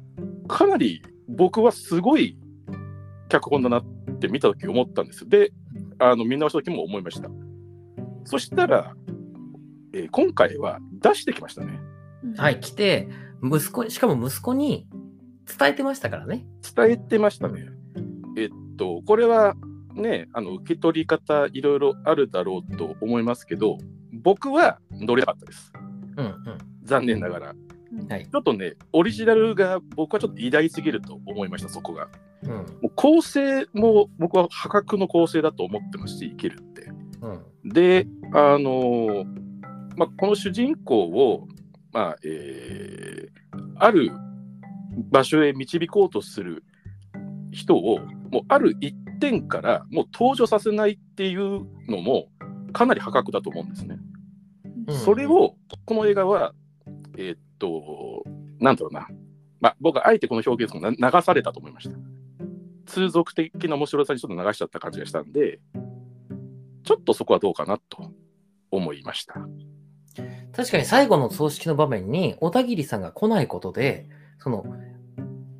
[SPEAKER 3] かなり僕はすごい脚本だなって見た時思ったんですよ。で、あの見直した時も思いました。そしたら、えー今回は出してきましたね。
[SPEAKER 2] は。い、来て、息子に、しかも息子に伝えてましたからね。
[SPEAKER 3] 伝えてましたね。えっと、これはね、あの受け取り方、いろいろあるだろうと思いますけど、僕は乗れなかったです。
[SPEAKER 2] うんうん。
[SPEAKER 3] 残念ながら。
[SPEAKER 1] うん
[SPEAKER 2] はい
[SPEAKER 3] ちょっとね、オリジナルが僕はちょっと偉大すぎると思いました、そこが。
[SPEAKER 2] うん
[SPEAKER 3] もう構成も僕は破格の構成だと思ってますし、生きるって。
[SPEAKER 2] うん。
[SPEAKER 3] で、あのーまあ、この主人公を、まあえーある場所へ導こうとする人をもうある一点からもう登場させないっていうのもかなり破格だと思うんですね。
[SPEAKER 2] うん
[SPEAKER 3] それをこの映画はえーっとなんだろうな、まあ、僕はあえてこの表現を流されたと思いました。通俗的な面白さにちょっと流しちゃった感じがしたんでちょっとそこはどうかなと思いました。
[SPEAKER 2] 確かに最後の葬式の場面に小田切さんが来ないことでその、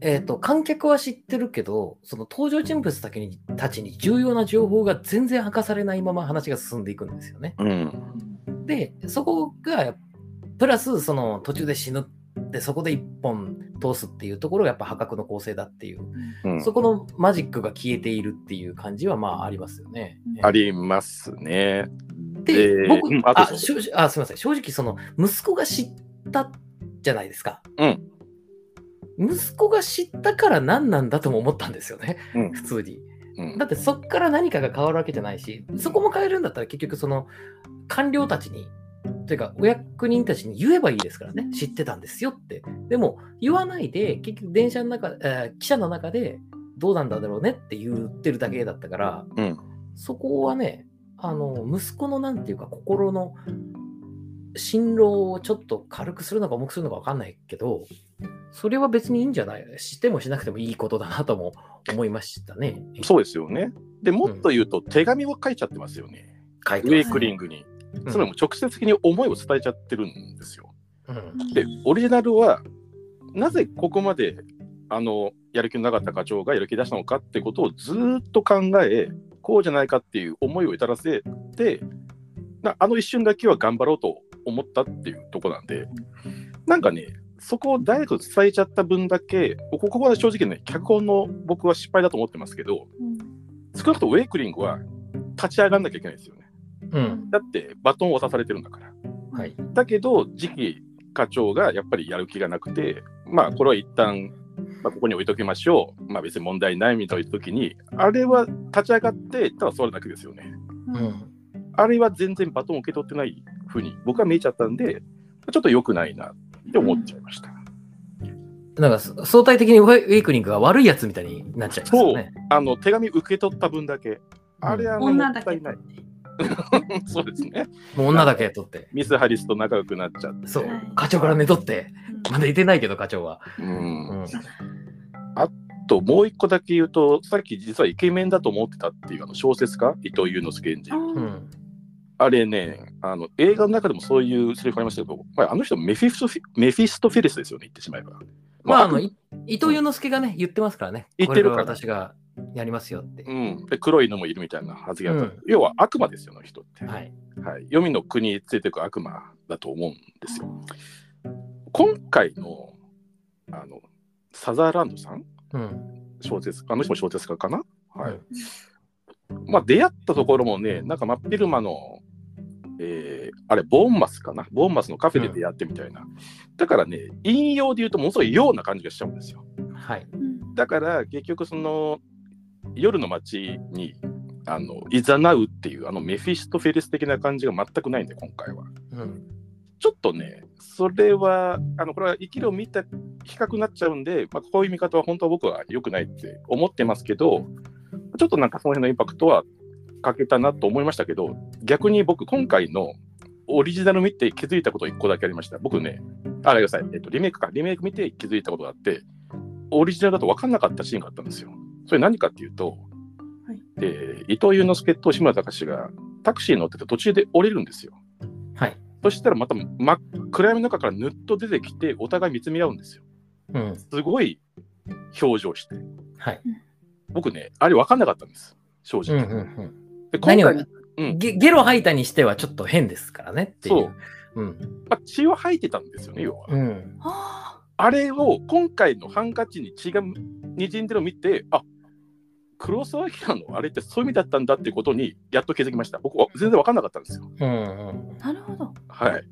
[SPEAKER 2] えー、と観客は知ってるけどその登場人物だけにたちに重要な情報が全然明かされないまま話が進んでいくんですよね。
[SPEAKER 3] うん、
[SPEAKER 2] でそこがプラスその途中で死ぬってそこで一本通すっていうところがやっぱ破格の構成だっていう、
[SPEAKER 3] うん
[SPEAKER 2] そこのマジックが消えているっていう感じはまあありますよね。
[SPEAKER 1] うん
[SPEAKER 3] ありますね。
[SPEAKER 2] で、
[SPEAKER 3] で
[SPEAKER 2] 僕、
[SPEAKER 3] うんあ
[SPEAKER 2] あ
[SPEAKER 3] どうぞ
[SPEAKER 2] 正直あ、すみません、正直、その、息子が知ったじゃないですか。
[SPEAKER 3] うん
[SPEAKER 2] 息子が知ったから何なんだとも思ったんですよね、
[SPEAKER 3] うん
[SPEAKER 2] 普通に。
[SPEAKER 3] うん
[SPEAKER 2] だってそっから何かが変わるわけじゃないし、そこも変えるんだったら結局その官僚たちに、というかお役人たちに言えばいいですからね、知ってたんですよって。でも言わないで、結局電車の中、えー汽車の中でどうなんだろうねって言ってるだけだったから、
[SPEAKER 3] うん
[SPEAKER 2] そこはね、あの息子のなんていうか心の心労をちょっと軽くするのか重くするのか分かんないけど、それは別にいいんじゃないしてもしなくてもいいことだなとも思いましたね。
[SPEAKER 3] そうですよね。でもっと言うと、手紙を書いちゃってますよね、
[SPEAKER 2] 書い
[SPEAKER 3] ウ
[SPEAKER 2] て
[SPEAKER 3] ェ
[SPEAKER 2] ま
[SPEAKER 3] イ
[SPEAKER 2] す
[SPEAKER 3] クリングに。
[SPEAKER 2] うん
[SPEAKER 3] それも直接的に思いを伝えちゃってるんですよ。
[SPEAKER 2] うん
[SPEAKER 3] で、オリジナルは、なぜここまであのやる気のなかった課長がやる気出したのかってことをずーっと考え、こうじゃないかっていう思いを至らせて、なあの一瞬だけは頑張ろうと思ったっていうとこなんで、なんかね、そこをダイレクトに伝えちゃった分だけ、ここは正直ね、脚本の僕は失敗だと思ってますけど、少なくともウェイクリングは立ち上がらなきゃいけないですよね。
[SPEAKER 2] うん
[SPEAKER 3] だってバトンを渡されてるんだから。
[SPEAKER 2] はい
[SPEAKER 3] だけど次期課長がやっぱりやる気がなくてまあこれは一旦、まあ、ここに置いときましょうまあ別に問題ないみたいな時にあれは立ち上がってただそれだけですよね
[SPEAKER 2] うん
[SPEAKER 3] あれは全然バトンを受け取ってないふうに僕は見えちゃったんでちょっと良くないなって思っちゃいました、
[SPEAKER 2] なんかそ相対的にウェイウェイクリングが悪いやつみたいになっちゃいますよね。
[SPEAKER 3] あの手紙受け取った分だけあれはあの
[SPEAKER 1] 女
[SPEAKER 3] も
[SPEAKER 1] だ
[SPEAKER 3] った
[SPEAKER 1] け
[SPEAKER 3] いないそうですね
[SPEAKER 2] もう女だけ取って。
[SPEAKER 3] ミス・ハリスと仲良くなっちゃって
[SPEAKER 2] そう
[SPEAKER 1] はい。
[SPEAKER 2] 課長から寝取って。まだいてないけど、課長は。
[SPEAKER 3] うん
[SPEAKER 2] うん
[SPEAKER 3] ともう一個だけ言うとさっき実はイケメンだと思ってたっていうあの小説家伊藤悠之助演じる
[SPEAKER 2] うん。
[SPEAKER 3] あれねあの映画の中でもそういうセリフありましたけど、まあ、あの人メフィストフィメフィストフェレスですよね言ってしまえば、
[SPEAKER 2] まあ、あの、
[SPEAKER 3] く
[SPEAKER 2] い伊藤祐之介がね、言ってますからね。
[SPEAKER 3] 言ってるから
[SPEAKER 2] これが私がやりますよって。
[SPEAKER 3] うん、で黒いのもいるみたいな発言があった、
[SPEAKER 2] うん
[SPEAKER 3] 要は悪魔ですよあの人って、
[SPEAKER 2] は
[SPEAKER 3] はい
[SPEAKER 2] い。
[SPEAKER 3] 黄泉の国についてく悪魔だと思うんですよ今回のあのサザーランドさん
[SPEAKER 2] うん。
[SPEAKER 3] 小説あの人も小説家かな、はい
[SPEAKER 2] うん
[SPEAKER 3] まあ、出会ったところもね、なんか真っ昼間の、えーあれ、ボーンマスかな、ボーンマスのカフェで出会ってみたいな。だからね、引用で言うと、ものすごいような感じがしちゃうんですよ。
[SPEAKER 2] はい。
[SPEAKER 3] だから、結局、その、夜の街に、あの、いざなうっていう、あの、メフィストフェリス的な感じが全くないんで、今回は。
[SPEAKER 2] うん。
[SPEAKER 3] ちょっとね、それは、あの、これは生きるを見た比較になっちゃうんで、まあ、こういう見方は本当は僕は良くないって思ってますけど、ちょっとなんかその辺のインパクトはかけたなと思いましたけど、逆に僕、今回のオリジナル見て気づいたこと1個だけありました。僕ね、あ、ごめんなさい、えっと、リメイクか、リメイク見て気づいたことがあって、オリジナルだと分かんなかったシーンがあったんですよ。それ何かっていうと、
[SPEAKER 1] はい
[SPEAKER 3] えー伊藤祐之介と志村隆がタクシーに乗ってて途中で降りるんですよ。
[SPEAKER 2] はい。
[SPEAKER 3] そしたらまた真っ暗闇の中からぬっと出てきてお互い見つめ合うんですよ。
[SPEAKER 2] うん。
[SPEAKER 3] すごい表情して。
[SPEAKER 2] はい。
[SPEAKER 3] 僕ね、あれ分かんなかったんです、正
[SPEAKER 2] うん
[SPEAKER 3] 直。
[SPEAKER 2] うんうん。
[SPEAKER 3] で今
[SPEAKER 2] 何を
[SPEAKER 3] 回、うん
[SPEAKER 2] ゲゲロ吐いたにしてはちょっと変ですからねっていう。
[SPEAKER 3] そう。
[SPEAKER 2] うん。
[SPEAKER 3] まあ、血を吐いてたんですよね、要は。
[SPEAKER 2] うん。
[SPEAKER 3] あれを今回のハンカチに血がにじんでるのを見て、あ黒澤明のあれってそういう意味だったんだっていうことにやっと気づきました。僕は全然分かんなかったんですよ。
[SPEAKER 2] うんうん。
[SPEAKER 1] なるほど。
[SPEAKER 3] はい。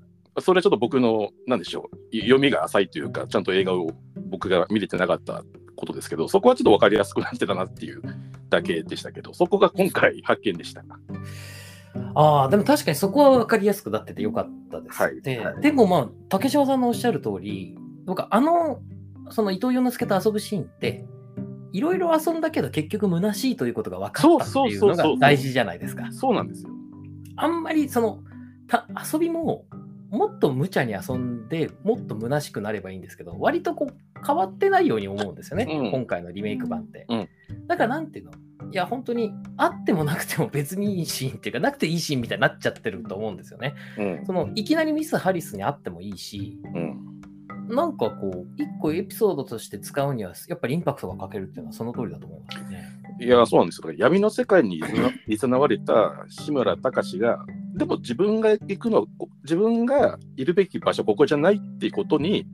[SPEAKER 3] それはちょっと僕の、なんでしょう、い読みが浅いというか、ちゃんと映画を僕が見れてなかったことですけど、そこはちょっと分かりやすくなってたなっていうだけでしたけど、そこが今回発見でした。
[SPEAKER 2] ああ、でも確かにそこは分かりやすくなっててよかったです。
[SPEAKER 3] はい
[SPEAKER 2] で
[SPEAKER 3] はい
[SPEAKER 2] でもまあ、竹島さんのおっしゃる通り、僕、あの、その伊藤洋之介と遊ぶシーンって、いろいろ遊んだけど結局虚しいということが分かったっていう
[SPEAKER 3] そうそうそ
[SPEAKER 2] の
[SPEAKER 3] うそう
[SPEAKER 2] が大事じゃないですか。
[SPEAKER 3] そうなんですよ。
[SPEAKER 2] あんまりそのた遊びももっと無茶に遊んでもっと虚しくなればいいんですけど割とこう変わってないように思うんですよね、
[SPEAKER 3] うん
[SPEAKER 2] 今回のリメイク版って、
[SPEAKER 3] うん
[SPEAKER 2] だからなんていうのいや本当にあってもなくても別にいいシーンっていうかなくていいシーンみたいになっちゃってると思うんですよね
[SPEAKER 3] うん
[SPEAKER 2] そのいきなりミス・ハリスにあってもいいし
[SPEAKER 3] うん
[SPEAKER 2] なんかこう一個エピソードとして使うにはやっぱりインパクトがかけるっていうのはその通りだと思いますね
[SPEAKER 3] いや、そうなんですよ。だから闇の世界にいざ ないざなわれた志村隆が、でも自分が行くのは、こ自分がいるべき場所、ここじゃないっていうことに、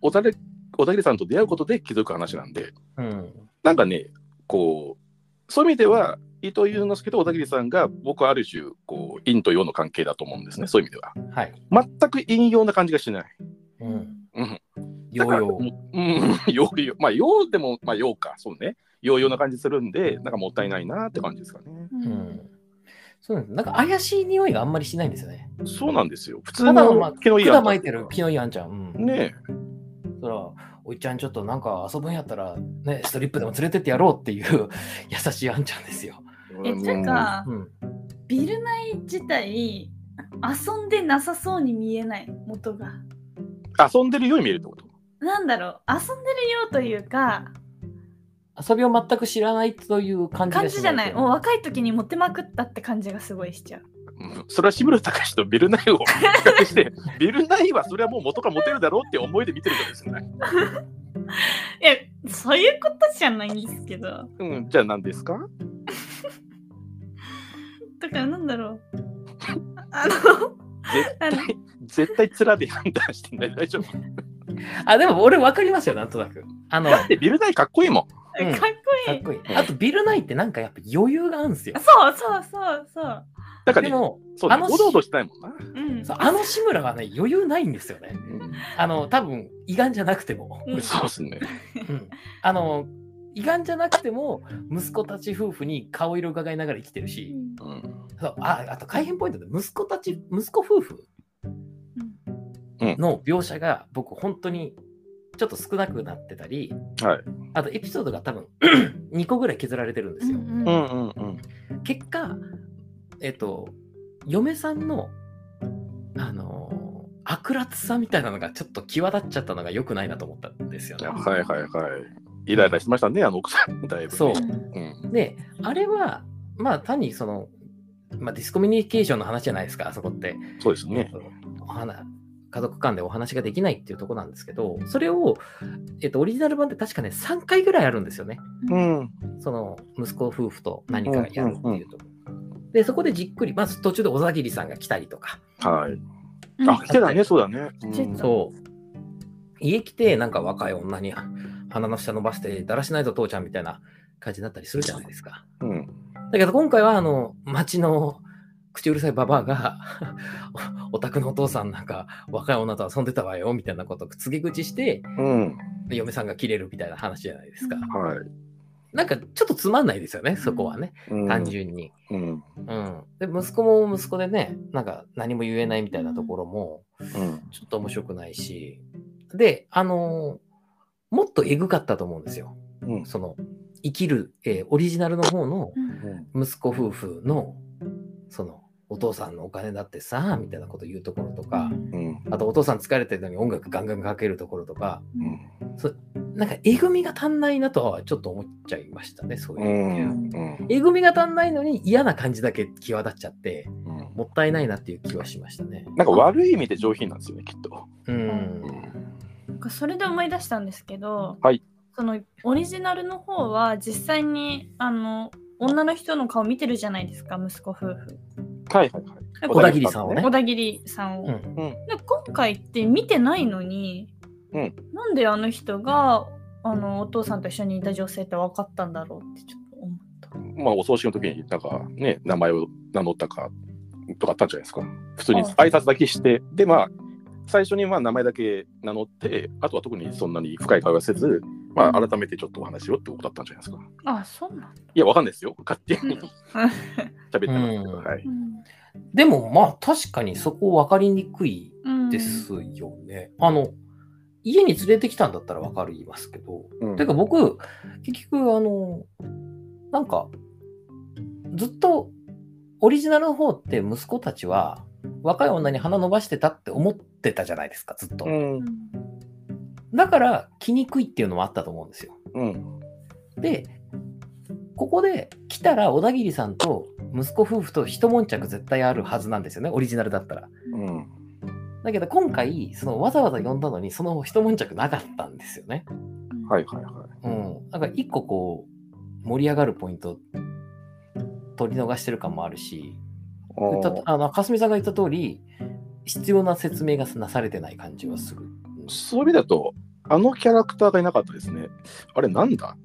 [SPEAKER 3] 小田切小田切さんと出会うことで気づく話なんで、
[SPEAKER 2] うん
[SPEAKER 3] なんかね、こう、そういう意味では、伊藤祐之介と小田切さんが、僕はある種、こう、陰と陽の関係だと思うんですね、そういう意味では。
[SPEAKER 2] はい、
[SPEAKER 3] 全く陰陽な感じがしない。
[SPEAKER 2] うん、
[SPEAKER 3] うん。
[SPEAKER 2] ヨーヨー
[SPEAKER 3] だからもううん、陽陽。まあ、陽でも、まあ、陽か、そうね。ようような感じするんで、なんかもったいないなって感じですかね。
[SPEAKER 1] う
[SPEAKER 2] うんん。そうなんです。なんか怪しい匂いがあんまりしないんですよね。
[SPEAKER 3] そうなんですよ。普通
[SPEAKER 2] ただの、まあ、
[SPEAKER 3] の気のいい
[SPEAKER 2] 管
[SPEAKER 3] 案
[SPEAKER 2] 巻いてる気のいいあんちゃん。うん。
[SPEAKER 3] ね
[SPEAKER 2] そら、おいちゃんちょっとなんか遊ぶんやったら、ね、ストリップでも連れてってやろうっていう 優しいあんちゃんですよ。
[SPEAKER 1] え、
[SPEAKER 3] うん
[SPEAKER 1] ていうか、
[SPEAKER 2] うん。
[SPEAKER 1] ビルナイ自体、遊んでなさそうに見えない、元が。
[SPEAKER 3] 遊んでるように見えるってこと
[SPEAKER 1] なんだろう、遊んでるよというか、
[SPEAKER 2] 遊びを全く知らないという感じが
[SPEAKER 1] 感じじゃない。もう
[SPEAKER 2] わ
[SPEAKER 1] 若い時にモテまくったって感じがすごいしちゃう。
[SPEAKER 3] うんそれは志村隆とビルナイを 比較して、ビルナイはそれはもう元がモテるだろうって思いで見てるからですよね。
[SPEAKER 1] いや、そういうことじゃないんですけど。
[SPEAKER 3] うん、じゃあ何ですか
[SPEAKER 1] だからなんだろ う。あの、
[SPEAKER 3] 絶
[SPEAKER 1] あの
[SPEAKER 3] 対、絶対面で判断してない。大丈夫。だ
[SPEAKER 2] あ、でも俺わかりますよ、なんとなく。あの、
[SPEAKER 3] ってビルナイかっこいいも
[SPEAKER 2] う
[SPEAKER 3] ん。
[SPEAKER 2] ん
[SPEAKER 1] かっこ
[SPEAKER 2] か
[SPEAKER 1] い
[SPEAKER 2] っ
[SPEAKER 1] い。
[SPEAKER 2] こいい。あと、ビルナイってなんかやっぱ余裕があるんですよ。
[SPEAKER 1] そうそうそうそう。
[SPEAKER 3] だから
[SPEAKER 2] で
[SPEAKER 3] ね、
[SPEAKER 2] も、
[SPEAKER 3] そうね
[SPEAKER 2] あの
[SPEAKER 3] おどおどしてないもんな。
[SPEAKER 1] うん。
[SPEAKER 2] そうあの志村はね、余裕ないんですよね。あの、多分、胃がんじゃなくても。
[SPEAKER 1] うん
[SPEAKER 3] そうですね。
[SPEAKER 2] うんあの、胃がんじゃなくても、息子たち夫婦に顔色伺いながら生きてるし、
[SPEAKER 3] うん
[SPEAKER 2] そうああと改変ポイントで、息子たち、息子夫婦の描写が僕、本当にちょっと少なくなってたり、
[SPEAKER 3] はい。
[SPEAKER 2] あとエピソードが多分2個ぐらい削られてるんですよ。
[SPEAKER 1] うん
[SPEAKER 3] うんうんうん。
[SPEAKER 2] 結果、えっと、嫁さんの、あのー悪辣さみたいなのがちょっと際立っちゃったのが良くないなと思ったんですよね。
[SPEAKER 3] はいはいはい。イライラしてましたね、あの奥さん。だいぶ、ね。
[SPEAKER 2] そう
[SPEAKER 3] うん。
[SPEAKER 2] で、あれは、まあ単にその、まあ、ディスコミュニケーションの話じゃないですか、あそこって。
[SPEAKER 3] そうですね。
[SPEAKER 2] お話家族間でお話ができないっていうところなんですけど、それを、えっと、オリジナル版って確かね、3回ぐらいあるんですよね。
[SPEAKER 3] うん。
[SPEAKER 2] その息子夫婦と何かやるって
[SPEAKER 3] うんうん
[SPEAKER 2] いうとこで、そこでじっくり、まず途中で小田切さんが来たりとか、
[SPEAKER 3] はい。
[SPEAKER 1] うん
[SPEAKER 3] あ、来てたね、そうだね。うん
[SPEAKER 1] 来てた
[SPEAKER 2] そう。家来て、なんか若い女に鼻の下伸ばして、だらしないぞ、父ちゃんみたいな感じになったりするじゃないですか。
[SPEAKER 3] うん。
[SPEAKER 2] だけど今回は、あの、町の口うるさいババアが、 おお宅のお父さんなんか若い女と遊んでたわよ、みたいなことを告げ口して、
[SPEAKER 3] うん。
[SPEAKER 2] 嫁さんが切れるみたいな話じゃないですか。
[SPEAKER 3] はい。
[SPEAKER 2] なんかちょっとつまんないですよね、そこはね、
[SPEAKER 3] うん
[SPEAKER 2] 単。純に。
[SPEAKER 3] うん。
[SPEAKER 2] うん。で、息子も息子でね、なんか何も言えないみたいなところも、
[SPEAKER 3] うん。
[SPEAKER 2] ちょっと面白くないし。で、あのーもっとえぐかったと思うんですよ。
[SPEAKER 3] うん。
[SPEAKER 2] その、生きる、えーオリジナルの方の
[SPEAKER 3] うん
[SPEAKER 2] 息子夫婦の、その、お父さんのお金だってさ、みたいなこと言うところとか、
[SPEAKER 3] うん。
[SPEAKER 2] あとお父さん疲れてるのに音楽ガンガンかけるところとか、
[SPEAKER 3] うん。
[SPEAKER 2] なんかえぐみが足んないなとはちょっと思っちゃいましたね、そういうう。
[SPEAKER 3] ん。うん
[SPEAKER 2] えぐみが足んないのに嫌な感じだけ際立っちゃって、
[SPEAKER 3] うん
[SPEAKER 2] もったいないなっていう気はしましたね。
[SPEAKER 3] なんか悪い意味で上品なんですよね、きっと。
[SPEAKER 2] うん
[SPEAKER 3] う。ん
[SPEAKER 1] なんかそれで思い出したんですけど、
[SPEAKER 3] はい
[SPEAKER 1] そのオリジナルの方は実際にあの女の人の顔見てるじゃないですか息子夫婦
[SPEAKER 3] はいはい
[SPEAKER 1] で
[SPEAKER 2] 小田切さんをね
[SPEAKER 1] 小田切さんを、
[SPEAKER 2] う
[SPEAKER 1] で
[SPEAKER 2] ん
[SPEAKER 1] 今回って見てないのに、
[SPEAKER 3] うん
[SPEAKER 1] なんであの人があのお父さんと一緒にいた女性って分かったんだろうってちょっと思った
[SPEAKER 3] はい。まあ、お葬式の時に、なんかね、名前を名乗ったか、とかあったんじゃないですか。普通に
[SPEAKER 1] あ
[SPEAKER 3] 挨拶だけして、で、まあ、最初にまあ名前だけ名乗って、あとは特にそんなに深い会話せず、まあ、改めてちょっとお話をってことだったんじゃないですか。
[SPEAKER 1] あそうなんだ、
[SPEAKER 3] いや、わかんないですよ。勝手
[SPEAKER 1] うん
[SPEAKER 3] に 喋ってますけど、
[SPEAKER 2] うん
[SPEAKER 3] はい。
[SPEAKER 2] でもまあ確かにそこ分かりにくい
[SPEAKER 1] うん
[SPEAKER 2] ですよね。あの家に連れてきたんだったら分かりますけど。
[SPEAKER 3] うん
[SPEAKER 2] てか僕結局あのなんかずっとオリジナルの方って息子たちは若い女に鼻伸ばしてたって思ってたじゃないですかずっと
[SPEAKER 3] う。ん
[SPEAKER 1] う。ん
[SPEAKER 2] だから来にくいっていうのもあったと思うんですよ。
[SPEAKER 3] うん。
[SPEAKER 2] でここで来たら小田切さんと息子夫婦と一悶着絶対あるはずなんですよねオリジナルだったら。
[SPEAKER 3] うん。
[SPEAKER 2] だけど今回そのわざわざ呼んだのにその一悶着なかったんですよね。
[SPEAKER 3] はいはいは
[SPEAKER 2] うん、なんか一個こう盛り上がるポイント取り逃してる感もあるし
[SPEAKER 3] い。
[SPEAKER 2] たあのかすみさんが言った通り必要な説明がなされてない感じはする。
[SPEAKER 3] そういう意味だと、あのキャラクターがいなかったですね。あれ、なんだ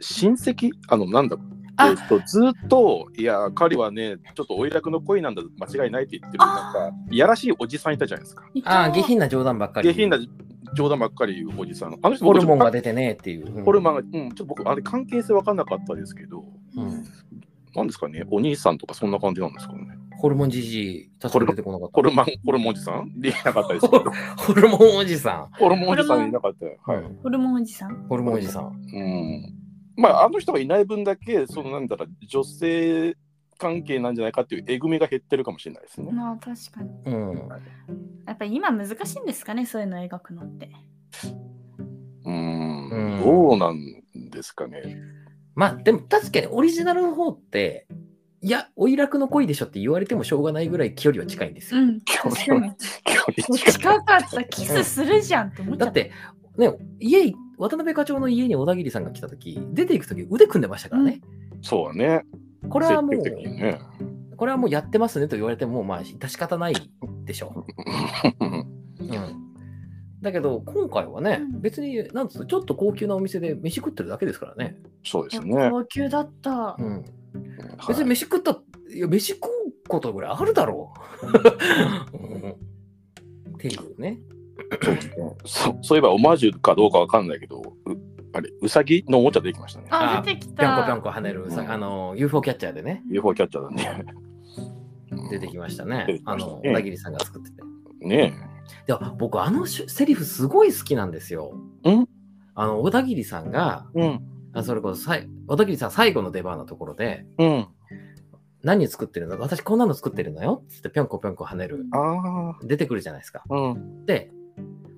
[SPEAKER 3] 親戚あの、なんだ
[SPEAKER 2] あ
[SPEAKER 3] えっとずっと、いや、彼はね、ちょっとおいらくの恋なんだ、間違いないって言ってる、なんか、いやらしいおじさんいたじゃないですか。
[SPEAKER 1] いた
[SPEAKER 2] ああ下品な冗談ばっかり。
[SPEAKER 3] 下品な冗談ばっかり言うおじさん。あの人
[SPEAKER 2] ホルモンが
[SPEAKER 3] 出
[SPEAKER 2] 出てねっていう。
[SPEAKER 3] ホルモン
[SPEAKER 2] ン。
[SPEAKER 3] が、うん、ちょっと僕、あれ関係性分かんなかったですけど、
[SPEAKER 2] うん
[SPEAKER 3] なんですかね、お兄さんとかそんな感じなんですかね。
[SPEAKER 2] ホルモンじじい、確かに出てこなかった。
[SPEAKER 3] ホルモン、ホルモンおじさんでいなかったですけ ど、
[SPEAKER 2] ホルモンおじさ
[SPEAKER 3] ホルモンおじさんいなかったよ。
[SPEAKER 2] ん。
[SPEAKER 3] はい。。
[SPEAKER 1] ホルモンおじさん。
[SPEAKER 2] ホルモンおじさん。
[SPEAKER 3] うん。まあ、あの人がいない分だけ、そのなんだろう、女性関係なんじゃないかっていうえぐみが減ってるかもしれないですね。
[SPEAKER 1] まあ確かに。
[SPEAKER 2] うん。
[SPEAKER 1] やっぱ今難しいんですかね、そういうの描くのって。
[SPEAKER 3] うん
[SPEAKER 2] うん
[SPEAKER 3] どうなんですかね。
[SPEAKER 2] まあ、でも確かにオリジナルの方って、いや、おいらくの恋でしょって言われてもしょうがないぐらい距離は近いんです
[SPEAKER 1] う
[SPEAKER 2] よ。
[SPEAKER 1] ん、確かに。
[SPEAKER 3] 距離近い
[SPEAKER 1] 近かった、キスするじゃんって思っちゃ
[SPEAKER 2] だ
[SPEAKER 1] った。
[SPEAKER 2] って、ね、家、渡辺課長の家に小田切さんが来た時出ていく時腕組んでましたからね。
[SPEAKER 3] そうだね。
[SPEAKER 2] これ
[SPEAKER 3] 積
[SPEAKER 2] はも
[SPEAKER 3] 極的に
[SPEAKER 2] う、
[SPEAKER 3] ね。
[SPEAKER 2] これはもうやってますねと言われても、まあ、致し方ないでしょう。うんだけど今回はね、
[SPEAKER 1] うん
[SPEAKER 2] 別になんつうのちょっと高級なお店で飯食ってるだけですからね、
[SPEAKER 3] そうです
[SPEAKER 1] いや
[SPEAKER 3] ね。
[SPEAKER 1] 高級だった
[SPEAKER 2] う。ん、
[SPEAKER 3] はい
[SPEAKER 2] 別に飯食った、い、や飯食うことぐらいあるだろう、 うん、っていうね
[SPEAKER 3] そそういえばオマージュかどうかわかんないけど、うあれ、うさぎのおもちゃできましたね。
[SPEAKER 1] あ
[SPEAKER 2] あ、
[SPEAKER 1] 出てき
[SPEAKER 2] ぴょんこ
[SPEAKER 1] た。
[SPEAKER 2] ぴょんこ跳ねる、さ
[SPEAKER 3] うん
[SPEAKER 2] あの UFO キャッチャーでね
[SPEAKER 3] UFO キャッチャーだね。
[SPEAKER 2] 出てきましたね、
[SPEAKER 3] 出てき
[SPEAKER 2] あ
[SPEAKER 3] ましたね
[SPEAKER 2] の小田切さんが作ってて
[SPEAKER 3] ね
[SPEAKER 2] で僕あのしセリフすごい好きなんですよ
[SPEAKER 3] ん
[SPEAKER 2] あの小田切さんが
[SPEAKER 3] え。うん。
[SPEAKER 2] あそれこそさい小田切さん最後の出番のところで
[SPEAKER 3] うん。
[SPEAKER 2] 何作ってるの私こんなの作ってるのよっつってぴょんこぴょんこ跳ねる
[SPEAKER 3] あ
[SPEAKER 2] 出てくるじゃないですか。
[SPEAKER 3] あ。うん。
[SPEAKER 2] で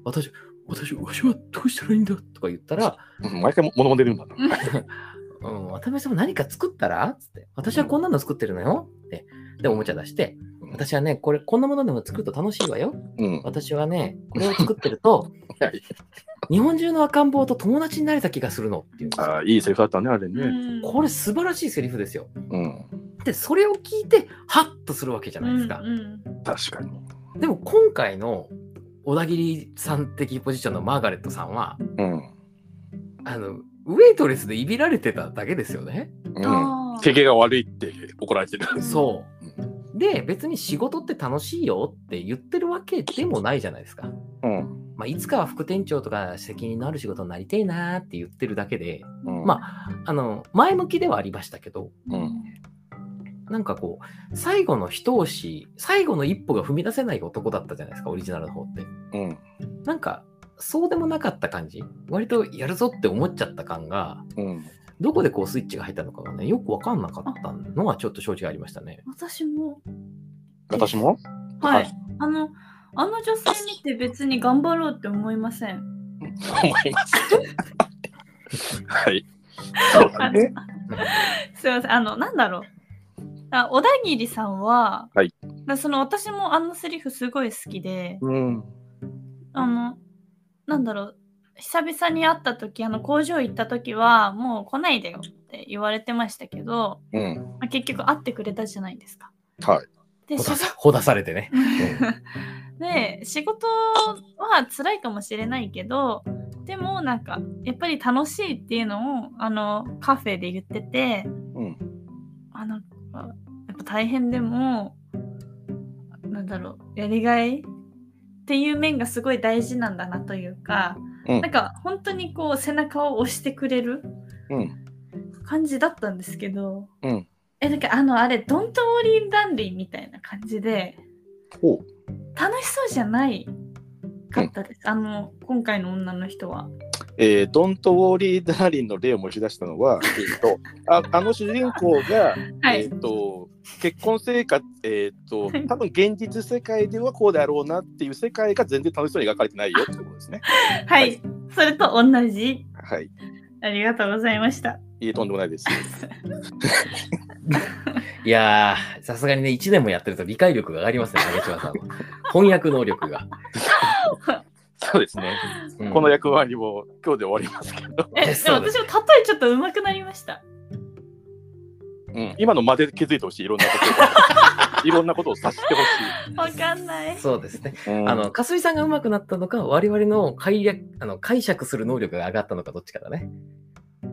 [SPEAKER 2] 私私わしはどうしたらいいんだとか言ったら
[SPEAKER 3] 毎回も物も出るんだな。
[SPEAKER 2] 「うん渡辺さんも何か作ったら?」っつって「私はこんなの作ってるのよ」ってでおもちゃ出して「私はねこれこんなものでも作ると楽しいわよ
[SPEAKER 3] うん。
[SPEAKER 2] 私はねこ れを作ってると
[SPEAKER 3] はい
[SPEAKER 2] 日本中の赤ん坊と友達になれた気がするの」っていうんですよ
[SPEAKER 3] ああ、いいセリフだったね、あれ
[SPEAKER 1] う
[SPEAKER 3] ね。
[SPEAKER 1] ん
[SPEAKER 2] これ素晴らしいセリフですよ。
[SPEAKER 3] うん。
[SPEAKER 2] でそれを聞いてハッとするわけじゃないですか。
[SPEAKER 1] うんうん
[SPEAKER 3] 確かに。
[SPEAKER 2] でも今回の小田切さん的ポジションのマーガレットさんは
[SPEAKER 3] うん。
[SPEAKER 2] あのウェイトレスでいびられてただけですよね。
[SPEAKER 3] うん。
[SPEAKER 1] あー
[SPEAKER 3] 手毛が悪いって怒られてる。
[SPEAKER 2] そうう。で別に仕事って楽しいよって言ってるわけでもないじゃないですか。
[SPEAKER 3] うん。
[SPEAKER 2] まあ、いつかは副店長とか責任のある仕事になりてえなーって言ってるだけで
[SPEAKER 3] うん
[SPEAKER 2] まあの前向きではありましたけど
[SPEAKER 3] うん。
[SPEAKER 2] なんかこう最後の一押し最後の一歩が踏み出せない男だったじゃないですかオリジナルの方って。
[SPEAKER 3] うん。
[SPEAKER 2] なんかそうでもなかった感じ割とやるぞって思っちゃった感が
[SPEAKER 3] うん。
[SPEAKER 2] どこでこうスイッチが入ったのかがねよく分かんなかったのはちょっと正直ありましたね。
[SPEAKER 1] 私も。
[SPEAKER 3] 私も
[SPEAKER 1] は
[SPEAKER 3] はい
[SPEAKER 1] い。あの、あの女性見て別に頑張ろうって思いません。
[SPEAKER 3] 思います。はい。そうだね。
[SPEAKER 1] すいません。あの、なんだろう。あ小田切さんは、
[SPEAKER 3] はい
[SPEAKER 1] なその私もあのセリフすごい好きで、
[SPEAKER 3] うん。
[SPEAKER 1] あの、なんだろう、久々に会った時、あの工場行った時は、もう来ないでよって言われてましたけど、
[SPEAKER 3] うん。
[SPEAKER 1] まあ、結局会ってくれたじゃないですか。
[SPEAKER 3] はい。
[SPEAKER 1] で、
[SPEAKER 2] ほ
[SPEAKER 1] 仕
[SPEAKER 2] だ
[SPEAKER 1] 事
[SPEAKER 2] さほだされてね。
[SPEAKER 1] で仕事は辛いかもしれないけどでもなんかやっぱり楽しいっていうのをあのカフェで言ってて
[SPEAKER 3] うん。
[SPEAKER 1] あなんかやっぱ大変でもなんだろうやりがいっていう面がすごい大事なんだなというか、
[SPEAKER 3] うん
[SPEAKER 1] なんか本当にこう背中を押してくれる
[SPEAKER 3] うん。
[SPEAKER 1] 感じだったんですけど、
[SPEAKER 3] うん
[SPEAKER 1] えなんかあのあれドントーリーダンリーみたいな感じで
[SPEAKER 3] ほう。
[SPEAKER 1] 楽しそうじゃないかったです、あの今回の女の人は
[SPEAKER 3] えー、ドント・ウォーリー・ダーリンの例を持ち出した のは、えっと、ああの主人公が、
[SPEAKER 1] はい
[SPEAKER 3] えっと、結婚生活、えっと、多分現実世界ではこうだろうなっていう世界が全然楽しそうに描かれてないよってことですね。
[SPEAKER 1] はいいそれと同じ
[SPEAKER 3] はい。
[SPEAKER 1] ありがとうございました
[SPEAKER 3] いえ、とんでもないです。
[SPEAKER 2] いやー、さすがにね、1年もやってると理解力が上がりますね、上島さんは。翻訳能力が。
[SPEAKER 3] そうですね。
[SPEAKER 2] うん
[SPEAKER 3] この役割も今日で終わりますけど、
[SPEAKER 1] えでも私
[SPEAKER 2] そ
[SPEAKER 1] も
[SPEAKER 2] うです
[SPEAKER 1] 例えちょっと上手くなりました
[SPEAKER 3] うん、今の間で気づいてほしい、いろんな ことを。いろんなことを察してほ
[SPEAKER 1] わかんない
[SPEAKER 2] そうですね。
[SPEAKER 3] しい。うん
[SPEAKER 2] あの、かすいさんが上手くなったのか、我々の解略あの解釈する能力が上がったのか、どっちかだね。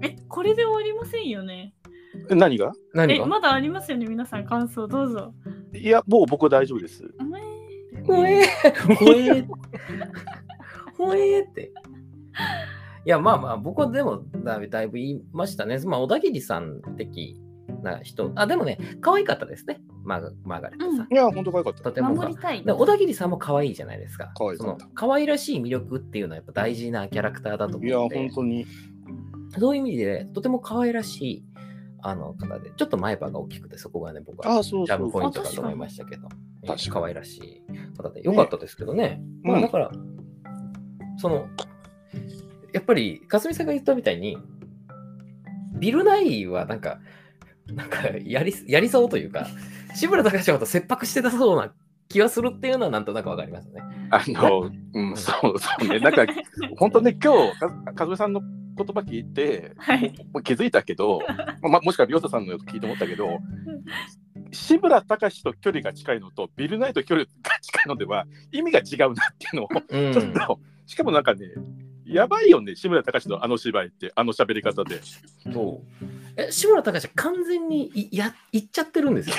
[SPEAKER 1] えこれで終わりませんよね
[SPEAKER 3] 何が
[SPEAKER 2] 何
[SPEAKER 1] え
[SPEAKER 2] が
[SPEAKER 1] まだありますよね皆さん感想どうぞ
[SPEAKER 3] いや、もう僕大丈夫です。
[SPEAKER 1] うめ
[SPEAKER 2] ほえー、ほえー、ほえーって。いや、まあまあ、僕はでもだだいぶ言いましたね。まあ、小田切さん的な人。あ、でもね、可愛かったですね。マーマーガレットさん。
[SPEAKER 1] うん
[SPEAKER 3] いや、本当可愛かった
[SPEAKER 2] と
[SPEAKER 3] よ。
[SPEAKER 2] てもさ
[SPEAKER 1] 守りたい
[SPEAKER 2] で小田切さんも可愛いじゃないですか。
[SPEAKER 3] 可愛い
[SPEAKER 2] その可愛らしい魅力っていうのはやっぱ大事なキャラクターだと
[SPEAKER 3] いや、
[SPEAKER 2] 思うの
[SPEAKER 3] 本
[SPEAKER 2] で、
[SPEAKER 3] 当に。
[SPEAKER 2] そういう意味で、とても可愛らしいあの方で、ちょっと前歯が大きくて、そこがね、僕は
[SPEAKER 3] あ、そう
[SPEAKER 2] ジャ
[SPEAKER 3] そ
[SPEAKER 2] ブ
[SPEAKER 3] う
[SPEAKER 2] ポ
[SPEAKER 3] そ
[SPEAKER 2] イン
[SPEAKER 3] う。
[SPEAKER 2] トだと思いましたけど、
[SPEAKER 3] 確かに
[SPEAKER 2] えー可愛らしい方で、よかったですけどね。ま
[SPEAKER 3] う
[SPEAKER 2] あ、
[SPEAKER 3] ん
[SPEAKER 2] だから、その、やっぱり、かすみさんが言ったみたいに、ビルナイはなんか、なんかやりやりそうと いうか、志村貴史のこと切迫してたそうな気がするっていうのはなんとなくわかりますね。
[SPEAKER 3] あの、うん、そうそうね。なんか、本当ね、今日、かかずめさんの言葉聞いて、
[SPEAKER 1] はい。
[SPEAKER 3] もう気づいたけど、まあ、もしくは、りょうたさんの聞いて思ったけど、志村貴史と距離が近いのと、ビルナイと距離が近いのでは、意味が違うなっていうのを、
[SPEAKER 2] うん
[SPEAKER 3] ちょっと、しかもなんかね、やばいよね、志村貴史のあの芝居って、あの喋り方で。
[SPEAKER 2] そうえ志村貴史完全にいや言っちゃってるんですよ。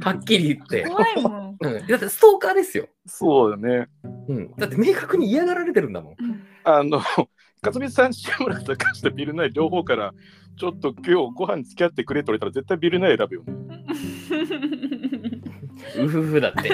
[SPEAKER 2] はっきり言って。
[SPEAKER 1] 怖いもん。
[SPEAKER 2] うん、だってストーカーですよ、
[SPEAKER 3] そうだね。
[SPEAKER 2] うん。だって明確に嫌がられてるんだもん。
[SPEAKER 3] あの、勝美さん、志村貴史とビルナイ両方から、ちょっと今日ご飯付き合ってくれと言われたら、絶対ビルナイ選ぶよね。
[SPEAKER 2] うふふだって。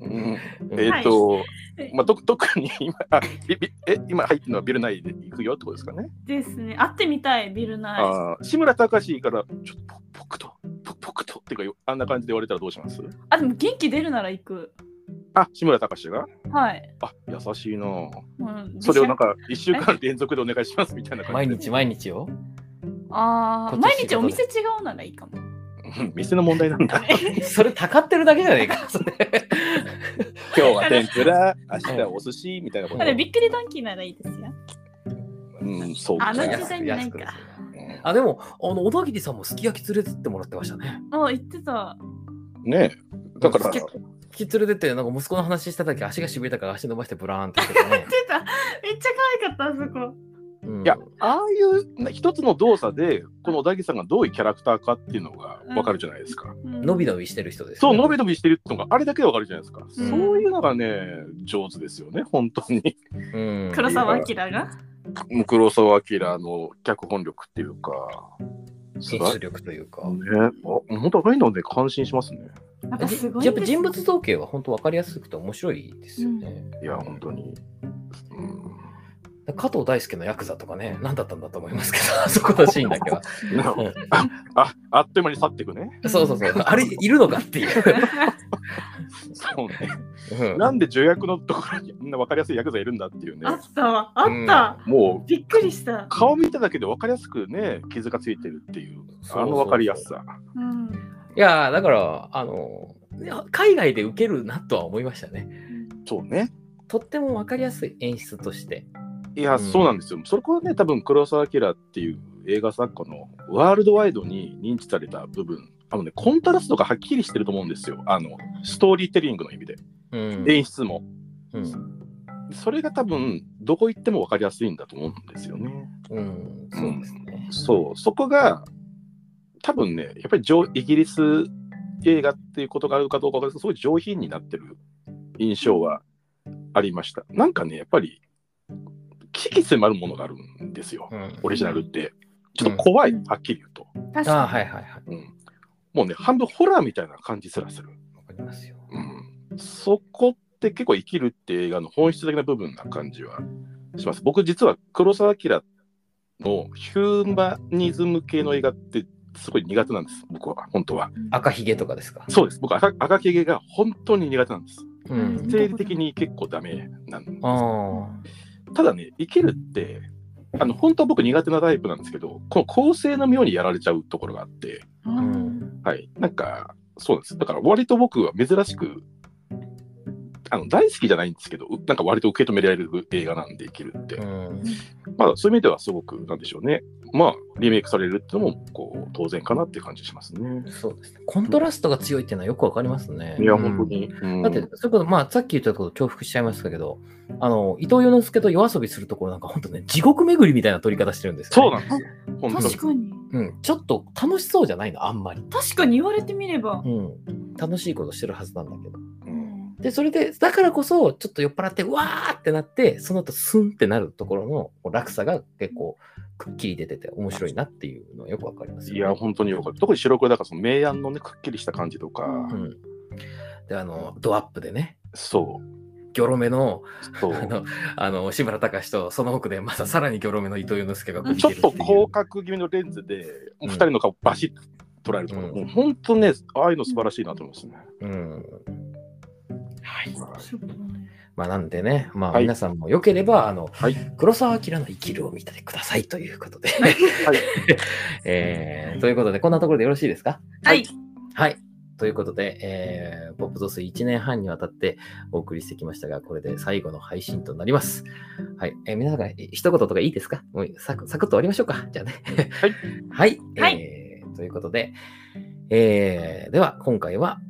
[SPEAKER 3] うん
[SPEAKER 2] うん
[SPEAKER 3] えっ、と、
[SPEAKER 1] はい
[SPEAKER 3] まあ、と特に今あビビえ今入ってるのはビル内で行くよってことですかね。
[SPEAKER 1] ですね。会ってみたい、ビルナイ。
[SPEAKER 3] あー志村隆からちょっとポポクとポポクとっていうかあんな感じで言われたらどうします
[SPEAKER 1] あ、でも元気出るなら行く。
[SPEAKER 3] あ志村隆が
[SPEAKER 1] はい。
[SPEAKER 3] あ優しいなぁ
[SPEAKER 1] うん
[SPEAKER 3] それをなんか1週間連続でお願いしますみたいな
[SPEAKER 2] 毎
[SPEAKER 3] 感じ
[SPEAKER 2] 日毎日よ。
[SPEAKER 1] ああ、
[SPEAKER 2] 今年
[SPEAKER 1] 毎日お店違うならいいかも。
[SPEAKER 3] うん店の問題なんだ
[SPEAKER 2] それたかってるだけじゃねえか。それ
[SPEAKER 3] 今日は天ぷ ら明日はお寿司みたいなこ
[SPEAKER 1] あ
[SPEAKER 3] と
[SPEAKER 1] れ、びっくりドンキーならいいですよ。
[SPEAKER 3] うんそう
[SPEAKER 1] あの
[SPEAKER 3] ね
[SPEAKER 1] 時代にないか
[SPEAKER 2] 安く
[SPEAKER 3] うん
[SPEAKER 2] あでもあの小田切さんもすき焼き連れてってもらってましたね。
[SPEAKER 1] もう言ってた。
[SPEAKER 3] ねえだから
[SPEAKER 2] すき焼き連れてってなんか息子の話した時足がしびれたから足伸ばしてブラーンってしてたね。
[SPEAKER 1] 出た。めっちゃ可愛かった、あそこ。
[SPEAKER 2] うん
[SPEAKER 3] いやああいう一つの動作でこの小田切さんがどういうキャラクターかっていうのが分かるじゃないですか。
[SPEAKER 1] うん
[SPEAKER 2] 伸び伸びしてる人です、
[SPEAKER 3] そう、伸び伸びしてるのがあれだけでわかるじゃないですか。
[SPEAKER 1] うん
[SPEAKER 3] そういうのがね、上手ですよね、本当に。
[SPEAKER 2] うん
[SPEAKER 1] 黒沢明が。
[SPEAKER 3] もう 黒沢明の脚本力っていうか、
[SPEAKER 2] 技
[SPEAKER 3] 素晴らし
[SPEAKER 2] 術
[SPEAKER 3] い
[SPEAKER 2] 力というか。
[SPEAKER 3] ね。あ本当、ああいうのね、感心しますね。
[SPEAKER 1] やっぱすごい。
[SPEAKER 2] やっぱ人物。造形は本当分かりやすくて面白いですよね。
[SPEAKER 3] いや、本当に。うん
[SPEAKER 2] 加藤大輔のヤクザとかね、何だったんだと思いますけど、 そこのシーンだけは。
[SPEAKER 3] ああっという間に去っていく ね。
[SPEAKER 2] そうそうそう、あれいるのかっていう。
[SPEAKER 3] そうね。
[SPEAKER 2] うん
[SPEAKER 3] なんで助役のところにあんな分かりやすいヤクザいるんだっていうね
[SPEAKER 1] あ。ったわ。あった。
[SPEAKER 3] もう
[SPEAKER 1] びっくりした。
[SPEAKER 3] 顔見ただけで分かりやすくね、傷がついてるっていう、あの分かりやすさ。
[SPEAKER 1] うん。
[SPEAKER 2] いやーだから、あの、いや海外で受けるなとは思いましたね。
[SPEAKER 3] そうね。
[SPEAKER 2] とっても分かりやすい演出として。
[SPEAKER 3] いや、
[SPEAKER 2] うん
[SPEAKER 3] そうなんですよ。そこはね、多分黒澤明っていう映画作家のワールドワイドに認知された部分、多分ね、コントラストがはっきりしてると思うんですよ。あの、ストーリーテリングの意味で、
[SPEAKER 2] うん
[SPEAKER 3] 演出も。
[SPEAKER 2] うん
[SPEAKER 3] それが多分、どこ行っても分かりやすいんだと思うんですよね。
[SPEAKER 2] うん、そうですね。
[SPEAKER 3] そう、そこが、多分ね、やっぱり上イギリス映画っていうことがあるかどうかわかんないですけど、すごい上品になってる印象はありました。なんかね、やっぱり、危機迫るものがあるんですよ。
[SPEAKER 2] うん
[SPEAKER 3] オリジナルって、ちょっと怖い、はっきり言うと、
[SPEAKER 1] 確
[SPEAKER 2] ああ、
[SPEAKER 1] か
[SPEAKER 2] はいはいはい。
[SPEAKER 3] うんもうね、半分ホラーみたいな感じすらする。
[SPEAKER 2] わかりますよ。
[SPEAKER 3] うんそこって結構生きるって映画の本質的な部分な感じはします。僕実は黒澤明のヒューマニズム系の映画ってすごい苦手なんです、僕は、本当は。
[SPEAKER 2] 赤ひげとかですか。
[SPEAKER 3] そうです、僕赤、赤毛が本当に苦手なんです。
[SPEAKER 2] う
[SPEAKER 1] うん
[SPEAKER 2] ん。
[SPEAKER 3] 生理的に結構ダメなんです。
[SPEAKER 2] あ
[SPEAKER 3] ただね、生きるって、あの本当は僕苦手なタイプなんですけど、この構成の妙にやられちゃうところがあって、
[SPEAKER 1] に。
[SPEAKER 2] あ。う
[SPEAKER 1] うん
[SPEAKER 2] ん。
[SPEAKER 3] はい、なんか、そうなんです。だから、割と僕は珍しく、あの大好きじゃないんですけど、うなんか割と受け止められる映画なんで、生きるって
[SPEAKER 2] う。ん
[SPEAKER 3] まあ、そういう意味ではすごく、なんでしょうね。まあ、リメイクされるってのも、こう、当然かなって感じしますね。
[SPEAKER 2] そうですね。コントラストが強いっていうのはよくわかりますね。
[SPEAKER 3] いや、
[SPEAKER 2] うん
[SPEAKER 3] 本当に。うん
[SPEAKER 2] だって、それこそ、まあ、さっき言ったこと重複しちゃいましたけど、あの、伊藤洋之助と夜遊びするところなんか、本当ね、地獄巡りみたいな撮り方してるんですよ、
[SPEAKER 3] そう
[SPEAKER 2] ね。
[SPEAKER 3] なんですよ。本当に
[SPEAKER 1] 確。かに。
[SPEAKER 2] そううん。ちょっと楽しそうじゃないの、あんまり。
[SPEAKER 1] 確かに言われてみれば
[SPEAKER 2] う。ん。楽しいことしてるはずなんだけど。
[SPEAKER 3] うん
[SPEAKER 2] で、それで、だからこそ、ちょっと酔っ払って、わーってなって、その後、スンってなるところのこう落差が結構、くっきり出てて、面白いなっていうのよくわかりますよ
[SPEAKER 3] い
[SPEAKER 2] ね
[SPEAKER 3] や、本当によかった。特に白黒だから、その明暗のね、くっきりした感じとか、
[SPEAKER 2] うん。で、あの、ドアップでね、
[SPEAKER 3] そう、
[SPEAKER 2] ギョロ目の、
[SPEAKER 3] そ う。
[SPEAKER 2] あの、あの志村隆とその奥で、またさらにギョロ目の伊藤祐之介がこう見
[SPEAKER 3] ち
[SPEAKER 2] て
[SPEAKER 3] ょ
[SPEAKER 2] る
[SPEAKER 3] って
[SPEAKER 2] い
[SPEAKER 3] と
[SPEAKER 2] う
[SPEAKER 3] 広角気味のレンズで、
[SPEAKER 2] うん
[SPEAKER 3] 二人の顔バシッと捉えるところ、
[SPEAKER 2] うん
[SPEAKER 3] もう本当ね、ああいうの素晴らしいなと思いますね。
[SPEAKER 2] うん。はい。
[SPEAKER 1] そうだね
[SPEAKER 2] まあ、なんでね、まあ、
[SPEAKER 3] はい
[SPEAKER 2] 皆さんもよければ、あの、
[SPEAKER 3] はい
[SPEAKER 2] 黒澤明の生きるを見てくださいということで、
[SPEAKER 3] はい、
[SPEAKER 2] えーということで、こんなところでよろしいですか
[SPEAKER 1] はい。
[SPEAKER 2] はい。ということで、えーポップゾース1年半にわたってお送りしてきましたが、これで最後の配信となります。はい。えー皆さんがえ一言とかいいですかもうサクサクッと終わりましょうか。じゃあね。
[SPEAKER 3] はい。
[SPEAKER 2] はい。
[SPEAKER 1] は
[SPEAKER 2] えーということで、えーでは今回は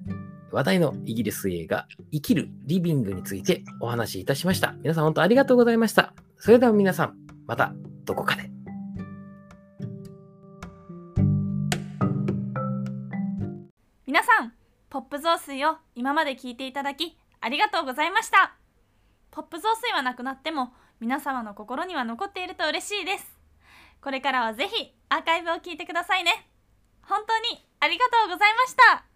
[SPEAKER 2] 話題のイギリス映画、生きるリビングについてお話しいたしました。皆さん本当ありがとうございました。それでは皆さん、またどこかで。
[SPEAKER 1] 皆さん、ポップ増水を今まで聞いていただきありがとうございました。ポップ増水はなくなっても皆様の心には残っていると嬉しいです。これからはぜひアーカイブを聞いてくださいね。本当にありがとうございました。